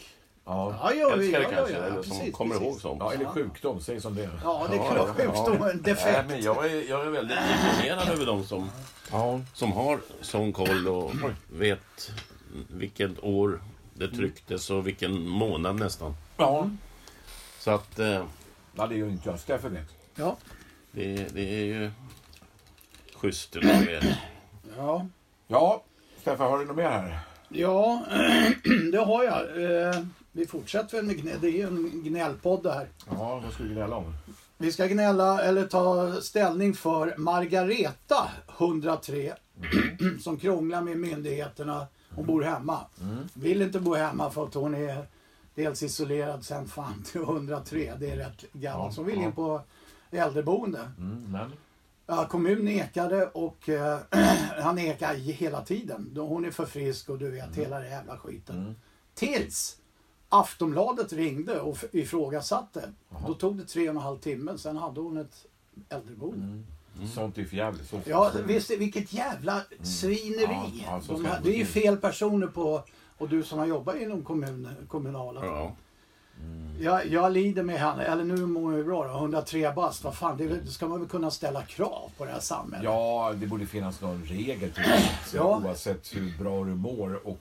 B: ja.
A: Ja, ja,
C: Älskare
A: ja, ja,
C: kanske,
A: ja,
C: eller som
A: precis,
C: kommer
A: precis.
C: ihåg sånt.
B: ja, eller sjukdom, säg som det är.
A: Ja, det kan
C: Ja,
A: vara
B: ja, ja.
A: sjukdom, en
C: Nej,
A: defekt.
C: men jag, är, jag är väldigt imponerad över de som,
B: Ja.
C: som har sån koll och vet vilket år det trycktes och vilken månad nästan.
B: Ja.
C: Så att eh,
B: ja, det är ju inte jag. Steffe vet.
A: Ja,
C: det, det är ju schysst utav er.
A: ja.
B: Ja, Steffe, har du något mer här?
A: ja *clears throat* det har jag. Eh, Vi fortsätter väl med gnäll. Det är ju en gnällpodd det här.
B: Ja, vad ska vi gnälla om?
A: Vi ska gnälla eller ta ställning för Margareta 103 *clears throat* som krånglar med myndigheterna. Hon bor hemma. Vill inte bo hemma för att hon är dels isolerad sen fan *laughs* till 103. Det är rätt gammalt. Så hon vill in på äldreboende.
B: Mm, men?
A: Ja, kommun nekade och eh, *clears throat* han nekar hela tiden. Då Hon är för frisk och du vet hela den jävla skiten. Tills Aftonbladet ringde och f- ifrågasatte. Då tog det tre och en halv timme, sen hade hon ett äldreboende.
B: Mm. Sånt är för jävligt. Så
A: Ja, visst, vilket jävla svineri.
B: Ja, ja, så ska
A: De
B: det
A: här,
B: gå
A: det är ju
B: till.
A: fel personer på, och du som har jobbat inom kommun, kommunala.
C: Ja.
A: Jag, jag lider med henne, eller nu mår hon ju bra då, 103 bast, vad fan, det, är väl- ska man väl kunna ställa krav på det här samhället?
B: Ja, det borde finnas någon regel till det.
A: Ja.
B: Oavsett hur bra du mår och...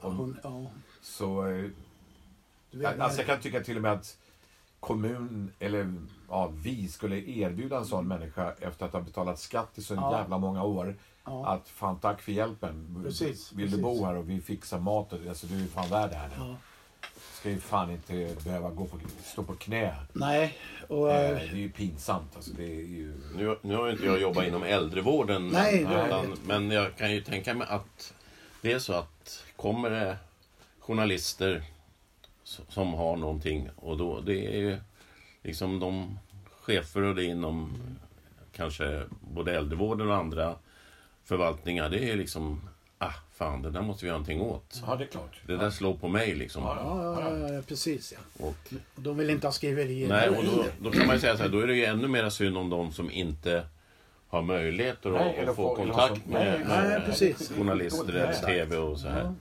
B: och
A: Hon, ja.
B: så... eh,
A: Du vet,
B: Alltså jag kan tycka till och med att kommun, eller ja, vi skulle erbjuda en sån människa efter att ha betalat skatt i så
A: Ja.
B: jävla många år.
A: Ja.
B: Att fan tack för hjälpen.
A: Precis,
B: Vill
A: precis.
B: du bo här och vi fixar mat och alltså, du är fan värd det här. nu.
A: Ja.
B: Ska ska ju fan inte behöva gå på, stå på knä.
A: Nej, och...
B: Eh,
A: eh,
B: Det är ju pinsamt alltså. Det är ju...
C: Nu, nu har ju inte jag jobbat inom äldrevården.
A: Nej,
C: men,
A: det har jag
C: utan, men jag kan ju tänka mig att det är så att kommer det journalister s- som har någonting och då det är ju liksom de chefer och det inom kanske både äldrevården och andra förvaltningar. Det är ju liksom, ah fan det där måste vi göra någonting åt.
B: Ja, det är klart.
C: Det där slår på mig liksom.
B: Ja,
A: Ja, ja, ja, ja, precis ja.
C: Och,
A: Och de vill inte ha skriverier.
C: nej, och då, då kan man ju säga så här, då är det ju ännu mer synd om de som inte har möjligheter
B: Nej,
C: att
B: eller
C: att
B: får-
C: få kontakt
B: Nej,
C: med,
A: nej,
C: med
A: precis.
C: journalister eller
B: Exakt.
C: tv och så här.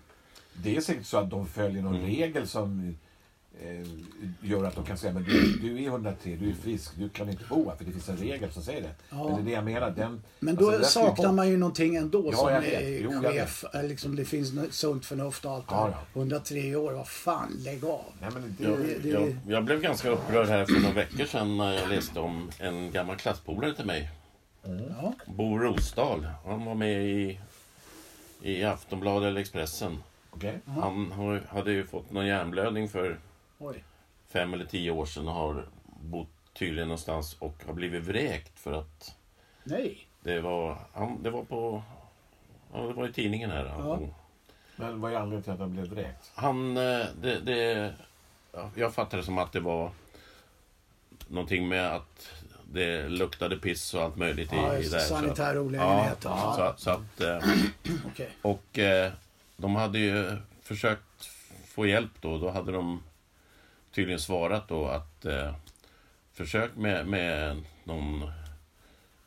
B: Det är säkert så att de följer någon
C: Mm.
B: regel som eh, gör att de kan säga men du, du är 103, du är frisk, du kan inte bo här för det finns en regel som säger det.
A: Ja.
B: Men det är det jag menar. Den,
A: Men då
B: alltså, det där ska ju
A: saknar
B: bort.
A: man ju någonting ändå
B: Ja,
A: som
B: jag vet.
A: eh,
B: Jo, jag
A: chef. Eh, Liksom det finns nå- sunt förnuft och allt det
B: Ja,
A: här. 103 år, vad fan, lägg av.
B: Nej, men det,
C: Jag,
A: det-
C: jag, jag blev ganska upprörd här för några veckor sedan när jag läste om en gammal klasspolare till mig.
B: Mm.
A: Ja,
C: Bo Rosdahl. Han var med i, i Aftonbladet eller Expressen.
B: Okej.
C: Han har, hade ju fått någon hjärnblödning för
A: oj.
C: fem eller tio år sedan och har bott tydligen någonstans och har blivit vräkt för att
A: Nej.
C: Det var, han, det var på... Ja, det var i tidningen här. Han,
B: Men vad är anledningen till att han blev vräkt?
C: han eh, det, det, ja, Jag fattade det som att det var någonting med att det luktade piss och allt möjligt i,
A: Ja,
C: i där. så att-
A: sanitär olägenhet.
C: Ja,
A: Ja,
C: så, så att, eh,
A: okej.
C: och eh, de hade ju försökt få hjälp då. Då hade de tydligen svarat då att eh, försök med, med någon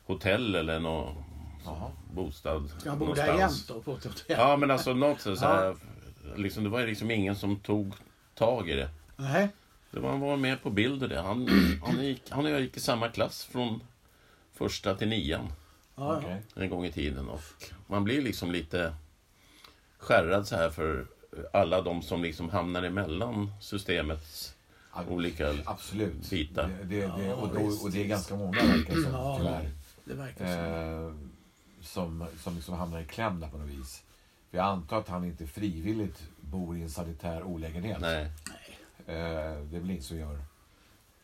C: hotell eller någon
B: Jaha.
C: bostad.
A: Ska han bo där jämt
C: någonstans.
A: då? På ett hotell?
C: Ja, men alltså något så så här, liksom, det var ju liksom ingen som tog tag i det.
A: Nej.
C: det var, han var med på bild och det. Han, han, gick, han och jag gick i samma klass från första till nian
A: Ja, ja.
B: Okej.
C: en gång i tiden. Och man blir liksom lite skärrad så här för alla de som liksom hamnar emellan systemets
B: Ja,
C: olika...
B: Absolut.
C: bitar.
B: Det, det, det,
A: Ja,
B: och, då,
A: visst,
B: och det är ganska många verkar det som,
A: Ja.
B: tyvärr.
A: det verkar så.
B: Eh, som, som liksom hamnar i kläm där på något vis. För jag antar att han inte frivilligt bor i en sanitär olägenhet.
C: Nej.
B: Eh, det är väl ingen som gör.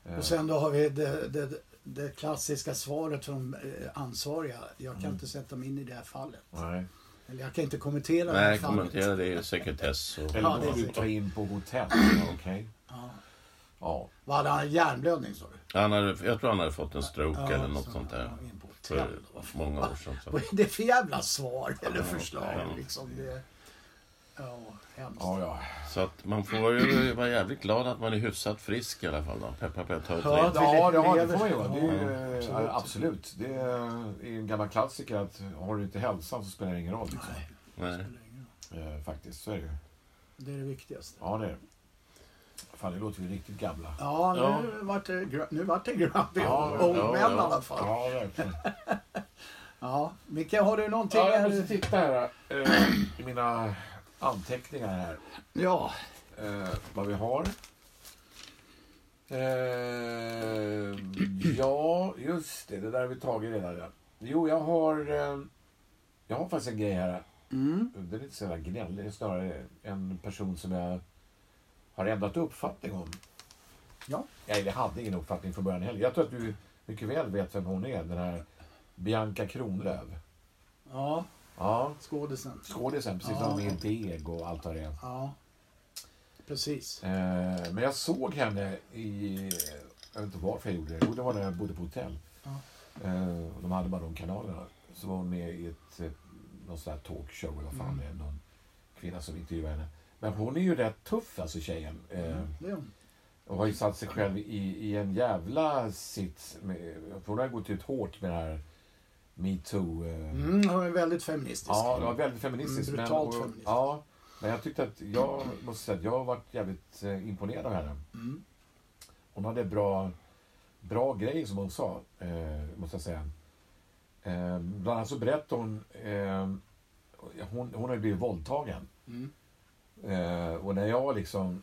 B: Eh,
A: Och sen då har vi det, det, det klassiska svaret från eh, ansvariga. Jag
B: Mm.
A: kan inte sätta mig in i det här fallet.
B: nej.
A: Eller jag kan inte kommentera det här
C: Nej,
A: fallet.
C: kommentera det är ju sekretess. Och,
B: Eller
A: Ja,
B: då
A: det är Mm.
B: får du
A: säkert.
B: ta in på hotell. Okej.
A: Ja.
B: Ja.
A: Vad hade han? Hjärnblödning sa du?
C: han hade, jag tror han hade fått en stroke
A: Ja,
C: eller något
A: så-
C: sånt där.
A: ja, in på hotell
C: För
A: då.
C: många år sedan. Så.
A: Vad är det för jävla svar eller förslag?
C: ja.
A: Liksom det, ja, hemskt.
B: Ja, ja.
C: Så att man får ju vara jävligt glad att man är hyfsat frisk i alla fall. Då. Peppar, peppar, ta
A: Ja,
C: ja,
A: det-
B: Ja, det, har,
A: lever-
B: det får man göra. Det är,
A: Ja, absolut.
B: ju, eh, absolut. Det är en gammal klassiker att har du inte hälsan så spelar det ingen roll. Liksom.
A: Nej,
C: Nej.
B: Eh, faktiskt, så är det ju.
A: det är det viktigaste.
B: Ja, det är det. Fan, det låter ju riktigt gamla.
A: Ja,
C: Ja.
A: nu vart det, gra- nu vart det grumpy
B: Ja,
A: old
C: ja,
A: men
C: ja.
A: i alla fall.
B: Ja, verkligen.
A: Ja, Micke, har du någonting?
B: Ja, jag
A: här?
B: måste titta här eh, i mina anteckningar här.
A: ja.
B: Eh, vad vi har. Eh, ja, just det. Det där har vi tagit redan. Ja. Jo, jag har... Eh, jag har faktiskt en grej här.
A: Mm.
B: Den är inte så jävla gnällig. Det är snarare en person som jag har ändrat uppfattning om.
A: ja.
B: Nej, jag hade ingen uppfattning från början heller. Jag tror att du mycket väl vet vem hon är. Den här Bianca Kronlöf.
A: Ja,
B: Ja,
A: skådisen.
B: skådisen. Precis som med Deg och allt vad det är.
A: Ja, precis.
B: Eh, Men jag såg henne i... Jag vet inte varför jag gjorde det. Jo, det var när jag bodde på hotell.
A: Ja.
B: Eh, och De hade bara de kanalerna. Så var hon med i ett, eh, någon sån här talkshow eller vad
A: Mm.
B: fan det är. Någon kvinna som intervjuade henne. Men hon är ju rätt tuff alltså tjejen. Eh,
A: Det är hon.
B: Och har ju satt sig själv i, i en jävla sits. Med, för hon har gått ut hårt med det här metoo. Eh,
A: Mm, hon är väldigt feministisk.
B: Ja, det var väldigt feministiskt.
A: Mm, brutalt
B: men, och,
A: feministiskt.
B: Ja, men jag tyckte att jag måste säga att jag har varit jävligt eh, imponerad av henne.
A: Mm.
B: Hon hade bra, bra grejer som hon sa, eh, måste jag säga. Eh, bland annat så berättade hon, eh, hon, hon har ju blivit våldtagen.
A: Mm.
B: Eh, och när jag liksom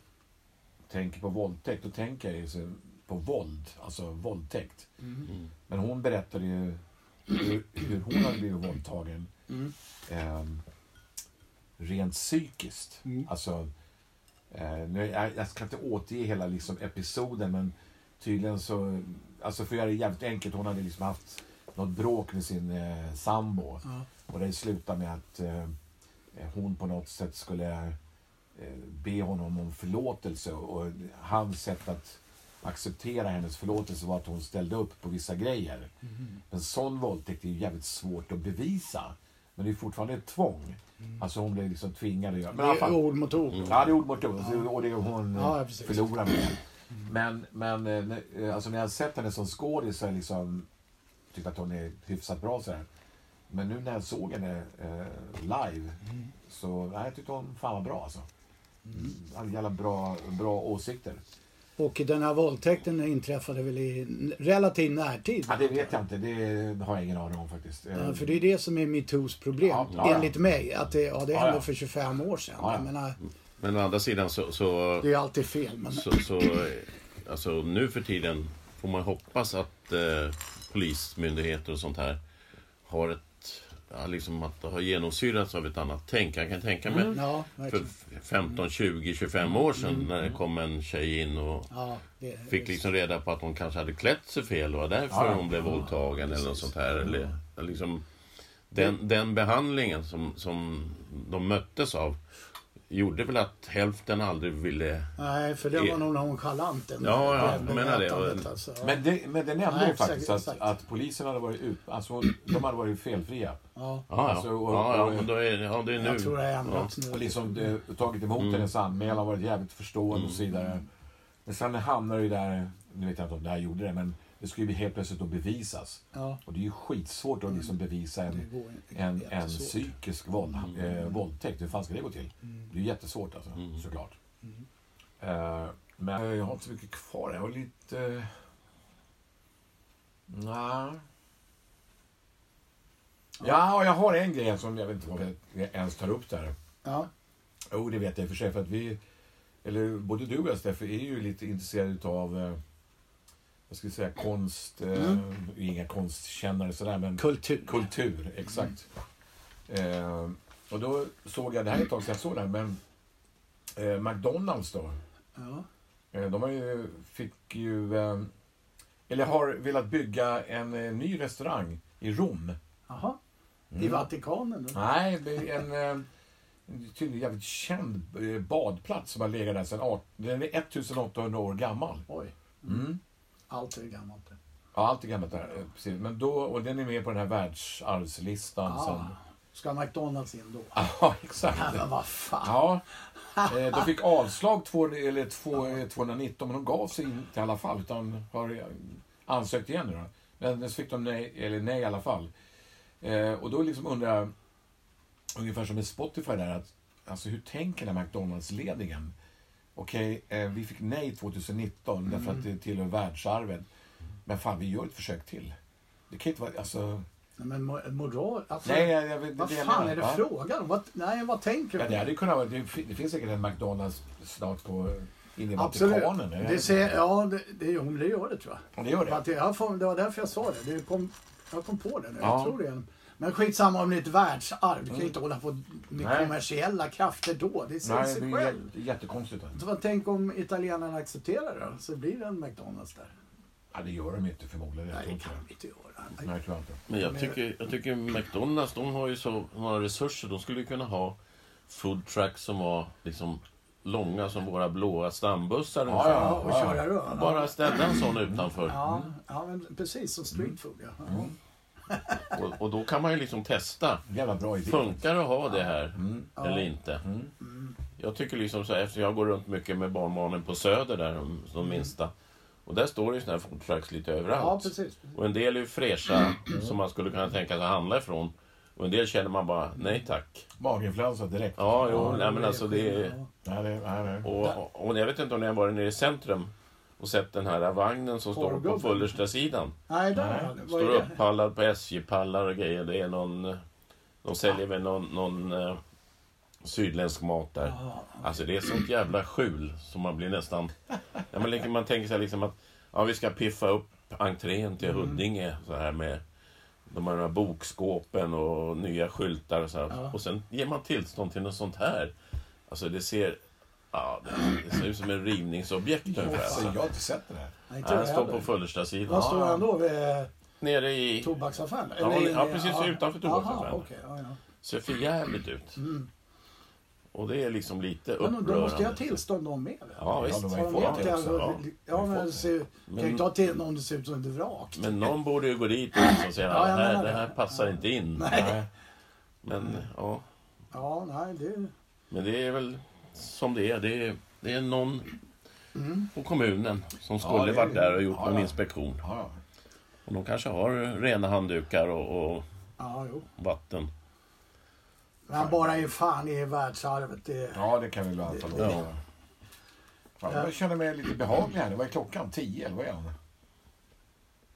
B: tänker på våldtäkt, då tänker jag ju så på våld, alltså våldtäkt.
A: Mm.
C: Mm.
B: Men hon berättade ju hur, hur hon hade blivit våldtagen
A: Mm.
B: eh, rent psykiskt.
A: Mm.
B: Alltså Eh, nu, jag, jag ska inte återge hela liksom, episoden men tydligen så, alltså för att göra det jävligt enkelt, hon hade liksom haft något bråk med sin eh, sambo.
A: Ja.
B: Och det slutade med att eh, hon på något sätt skulle eh, be honom om förlåtelse. Och hans sätt att acceptera hennes förlåtelse var att hon ställde upp på vissa grejer. Men sån våldtäkt är ju jävligt svårt att bevisa. Men det är fortfarande ett tvång. Alltså hon blev liksom tvingad att göra... Men i alla
A: Det är
B: fall- Mm.
A: ord mot ord.
B: Ja, det är ord mot ord. Så- Och det är hon
A: Ja,
B: eh,
A: precis.
B: förlorar med. Men, men eh, när- eh, alltså när jag har sett henne som skådis så har jag liksom tyckt att hon är hyfsat bra sådär. Men nu när jag såg henne eh, live så nej, jag tyckte hon fan var bra alltså.
A: Mm.
B: Hade jävla bra, bra åsikter.
A: Och den här våldtäkten inträffade väl i relativ närtid?
B: Ja, det vet jag inte. Det har jag ingen aning om faktiskt. Eh,
A: Ja, För det är det som är metoos problem,
B: Ja, ja, ja.
A: enligt mig. Att det, ja, det
B: Ja,
A: hände
B: ja.
A: för 25 år sedan.
B: Ja, ja.
A: Jag menar,
C: Men å andra sidan så, så,
A: det är ju alltid fel. Men
C: så, så eh, alltså, nu för tiden får man hoppas att eh, polismyndigheter och sånt här har ett, ja, liksom att det har genomsyrats av ett annat tänk. Jag kan tänka mig
A: ja,
C: för
A: verkligen.
C: 15, 20, 25 år sedan när det kom en tjej in och
A: Ja, det,
C: fick liksom reda på att hon kanske hade klätt sig fel och var därför
B: Ja,
C: hon blev
B: ja,
C: våldtagen eller något sånt här. Eller, liksom, den, den behandlingen som, som de möttes av gjorde väl att hälften aldrig ville...
A: Nej, för det var nog nonchalant. den
C: Ja,
A: där
C: ja, jag menar det.
A: bemötandet, Alltså.
B: Men det, men det nämnde
A: Nej,
B: ju faktiskt
A: exakt,
B: att,
A: exakt.
B: att polisen hade varit ut, alltså, de hade varit felfria.
A: Ja,
C: Ja, ja.
B: Alltså, och-
C: ja,
B: och-
C: ja, men då är, det- ja, det är nu.
A: jag tror det har ändrats
B: Och
A: nu.
B: liksom eh, tagit emot hennes anmälan, varit jävligt förstående och så vidare. Men sen hamnar det ju där, nu vet jag inte om det här gjorde det, men det skulle ju helt plötsligt då bevisas.
A: Ja,
B: Och det är ju skitsvårt att liksom bevisa
A: det
B: en,
A: går inte.
B: en, en
A: Jättesvårt.
B: psykisk våld, eh, våldtäkt. Hur fan ska det gå till?
A: Mm,
B: Det är ju jättesvårt alltså, såklart. Eh, men jag har inte så mycket kvar. Jag har lite... Eh, nej. Ja, och jag har en grej som jag vet inte vad jag ens tar upp där.
A: Ja,
B: Jo, det vet jag i och för sig. För att vi, eller både du och jag, Steffe, är ju lite intresserade av eh, vad ska vi säga, konst. Eh, vi är Inga konstkännare sådär, men
A: kultur.
B: kultur. Exakt. Eh, och då såg jag, det här är ett tag sedan jag såg det här, men eh, McDonalds då.
A: Ja,
B: Eh, de har ju, fick ju, eh, eller har velat bygga en eh, ny restaurang i Rom.
A: jaha. I Vatikanen då?
B: Nej, det är en eh, tydligen jävligt känd eh, badplats som har legat där sedan art- Den är 1800 år gammal.
A: Oj,
B: Mm.
A: allt är gammalt.
B: Ja, allt är gammalt där. eh, Precis. Men då, och den är med på den här världsarvslistan.
A: Ah,
B: Som, *laughs*
A: ska McDonalds in då?
B: ja, exakt.
A: Nej, men vad fan.
B: Ja. Eh, De fick avslag två, eller två, eh, 219, men de gav sig inte i alla fall. Utan har eh, ansökt igen nu då. Men så fick de nej, eller nej i alla fall. Eh, och då liksom undrar jag, ungefär som med Spotify där, att, alltså hur tänker den här McDonalds-ledningen? Okej, eh, vi fick nej 2019 därför att det tillhör världsarvet. Men fan, vi gör ett försök till. Det kan inte vara, alltså...
A: Nej, men mo- moral... Alltså,
B: Nej, jag, jag, det,
A: vad
B: jag
A: fan
B: menar,
A: är det
B: va?
A: frågan om? Vad, nej, vad tänker
B: Ja,
A: du?
B: det hade ju kunnat vara. Det, fin- det finns säkert en McDonalds snart på inne i
A: Absolut.
B: Vatikanen. eller?
A: Det ser, ja, det, det, jo, men det gör det tror jag.
B: det gör
A: För
B: det.
A: att jag får, det var därför jag sa det. det kom, jag kom på det nu.
B: Ja. Mm.
A: Jag tror det. Men skitsamma om det är ett världsarv. Du kan ju inte hålla på med
B: Nej.
A: kommersiella krafter då. Det säger
B: Nej, det
A: sig
B: är
A: själv.
B: jä- jättekonstigt. alltså.
A: Så vad tänk om italienarna accepterar det då? Så blir det en McDonalds där.
B: Ja, det gör de inte förmodligen. Jag
A: Nej,
B: tror
A: det
B: inte
A: kan
B: det.
A: vi inte göra.
B: Nej, jag tror inte.
C: Men jag tycker, jag tycker McDonalds, de har ju så några resurser. De skulle ju kunna ha food trucks som var liksom långa som våra blåa stambussar.
B: Ja,
A: Ja,
B: ja,
A: och
B: ja, ja.
A: köra rör.
C: Bara ställa en sån utanför.
A: Ja, ja, men precis som
C: Mm.
A: street food. Ja. Ja.
C: Och, och då kan man ju liksom testa.
B: Mm. Jävla bra idé.
C: Funkar det att ha det här eller
A: Mm. Ja. Mm.
C: inte? Jag tycker liksom så här, eftersom jag går runt mycket med barnbarnen på Söder där, de, de minsta. Och där står det ju såna här food trucks lite
A: Mm. ja,
C: överallt.
A: precis. Mm.
C: och en del är ju fräscha som man skulle kunna tänka sig handla ifrån. Och en del känner man bara, nej tack.
B: Maginfluensa direkt.
C: Ja, jo, nej men alltså det är...
A: Ja.
B: Nej, det, nej, nej.
C: Och, och jag vet inte om ni har varit nere i centrum och sett den här vagnen som står på
A: Porrgubben.
C: Fullersta sidan.
A: Nej,
B: Nej,
A: där. Vad är
C: Står
A: det?
C: upppallad på SJ-pallar och grejer. Det är någon, de säljer väl någon, någon eh, sydländsk mat där.
A: Ja.
C: Alltså det är sånt jävla skjul som man blir nästan... Ja, men liksom, man tänker sig liksom att ja, vi ska piffa upp entrén
A: Mm.
C: till Huddinge så här med de här bokskåpen och nya skyltar och så här.
A: Ja.
C: Och sen ger man tillstånd till något sånt här. Alltså det ser... Ja, det- det ser ut som en rivningsobjekt ungefär.
B: Alltså, jag
C: Alltså.
B: har inte sett det där.
A: Nej, inte
C: Ja,
A: jag
C: den står
A: heller.
C: på Fullerstasidan.
A: Vad står han då? Vid eh,
C: Nere i...
A: tobaksaffären?
C: Ja,
A: Eller
C: ja,
A: i-
C: precis, utanför
A: Jaha,
C: tobaksaffären.
A: okej, ja, ja.
C: ser för jävligt ut. Och det är liksom lite
A: Mm. Men då måste jag ha
C: upprörande.
A: tillstånd de med. eller?
C: Ja, visst.
B: Ja, de har
A: Har
B: ju
A: de
B: fått
A: gett
B: det
A: det?
B: också.
C: ja. Mm.
A: Ja, men
B: fått det.
A: det ser, kan ju
C: Men-
A: inte ha till någon som ser ut som ett vrak.
C: Men någon borde ju gå dit och liksom säga
A: Ja,
C: att
A: jag
C: det, här-
A: menar
C: det
A: det.
C: här passar inte in.
B: Nej.
C: Men, ja.
A: Ja, nej, det...
C: Men det är väl som det är. Det är, det är någon på kommunen som skulle
B: Mm. det är-
C: varit där och gjort
B: ja,
C: någon
B: ja.
C: inspektion.
B: Ja, ja.
C: Och de kanske har rena handdukar och, och
A: Ja, jo.
C: vatten.
A: Men bara i fan i världsarvet. Det...
B: ja, det kan vi väl anta.
C: Ja.
B: Fan, Jag känner mig lite behaglig här. Det var klockan tio, eller vad är den?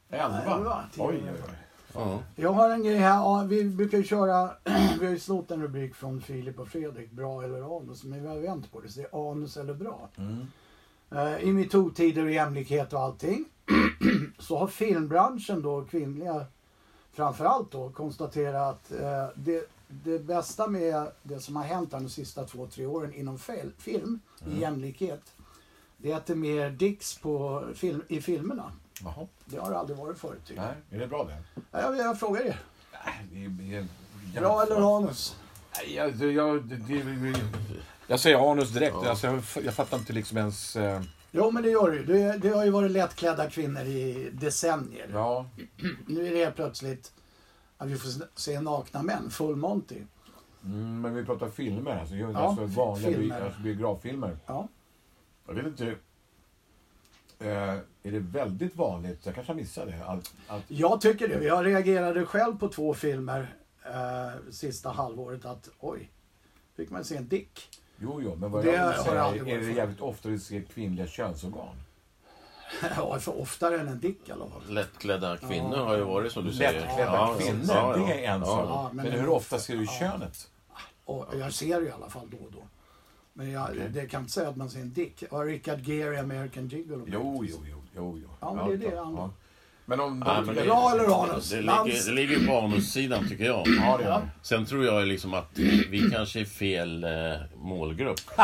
A: Nej, det var
B: Elva?
A: tio.
B: Oj, oj, oj.
C: Ja.
A: Jag har en grej här. Ja, vi brukar ju köra... *clears throat* vi har ju snott en rubrik från Filip och Fredrik. Bra eller anus. Men vi har vänt på det. Så det är anus eller bra.
B: Mm.
A: Eh, I metoo-tider och jämlikhet och allting. *clears throat* så har filmbranschen då, kvinnliga framförallt då, konstaterat att eh, det, det bästa med det som har hänt här de sista två, tre åren inom fel, film,
B: Mm.
A: i jämlikhet, det är att det är mer dicks på film, i filmerna.
B: Jaha.
A: Det har det aldrig varit förut. tycker
B: Nej, är det bra det?
A: Jag, jag, jag frågar er.
B: Nej, det är- det är...
A: Bra eller anus?
B: Nej, Jag, det- jag, det- det- jag säger anus direkt. Alltså, jag, f- jag fattar inte liksom ens... eh,
A: Jo, men det gör det ju. Det, det har ju varit lättklädda kvinnor i decennier.
B: Ja,
A: Nu är det helt plötsligt att vi får se nakna män, full monty.
B: mm, men vi pratar filmer. Alltså, ja,
A: Ja,
B: alltså vanliga bi-
A: filmer.
B: Alltså, biograffilmer.
A: Ja.
B: Jag vet inte... Eh, är det väldigt vanligt? Jag kanske har missat det. Att, att,
A: Jag tycker det. Jag reagerade själv på två filmer eh, sista halvåret att oj, fick man se en dick? *laughs*
B: jo, jo, men vad
A: Det
B: jag
A: har
B: vill
A: jag
B: säga
A: aldrig
B: är
A: varit
B: det
A: för.
B: jävligt ofta vi ser kvinnliga könsorgan.
A: ja, för oftare än en dick i alla fall.
C: Lättklädda kvinnor har ju varit som du säger.
B: Lättklädda kvinnor, det är en sak.
A: Ja,
B: men,
A: men-
B: hur ofta ser du könet?
A: Och jag ser det i alla fall då och då. Men jag det kan inte säga att man ser en dick. Har Richard Gere i American Gigolo?
B: Jo, jo, jo. jo, jo.
A: Ja, men det är det
B: klart.
A: han-
B: Ja. Men om...
C: Ja, men det-
A: Bra eller anus?
C: Det
A: Lans-
C: ligger, det ligger på anussidan tycker jag.
B: Ja, det gör det.
C: Sen tror jag liksom att vi kanske är fel eh,
A: *laughs*
C: målgrupp.
B: Och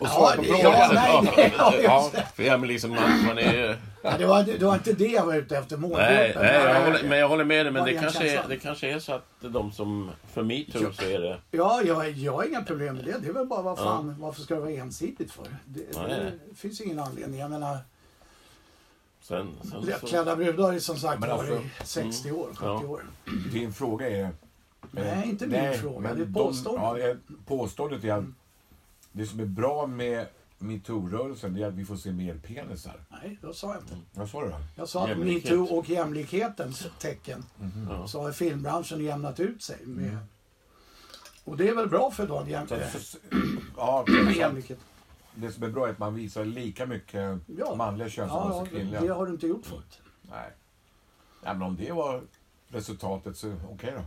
A: Ja,
B: svar på
A: det-
B: frågan.
A: ja, nej, nej, ja,
C: Ja,
A: just det.
C: för jag, men liksom, man, man är ju...
A: Ja, det, var, det var inte det jag var ute efter,
C: Nej,
A: målgruppen.
C: nej jag håller, men jag håller med dig. Men
A: Vad
C: det
A: är
C: kanske, är,
A: känslan?
C: det kanske är så att de som... För metoo så är det...
A: Ja, jag, jag har inga problem med det. Det är väl bara vad fan, varför ska det vara ensidigt för? Det,
C: Nej.
A: det finns ingen anledning. Jag menar,
C: Sen, sen så,
A: lättklädda brudar har ju som sagt
B: Men alltså-
A: varit 60 år, 70
C: Ja.
A: år.
B: Din fråga är...
A: Nej, inte min fråga.
B: men
A: Det är
B: de-
A: påståendet.
B: ja, eh, påståendet är att det som är bra med metoo-rörelsen det är att vi får se mer penisar.
A: Nej, då sa jag inte.
B: Vad sa du då?
A: Jag sa att
C: Jämlikhet.
A: metoo och jämlikhetens tecken
C: Ja.
A: så har filmbranschen jämnat ut sig. Med, Och det är väl bra för då, jäm,
B: Mm. Så att,
A: eh,
B: så- ja, det är
A: *clears throat*
B: sant.
A: jämlikhet.
B: det som är bra är att man visar lika mycket
A: Ja.
B: manliga könsorgan
A: Ja,
B: som
A: ja,
B: kvinnliga.
A: det har du inte gjort förut.
B: Nej. Nej, men om det var resultatet så okej då.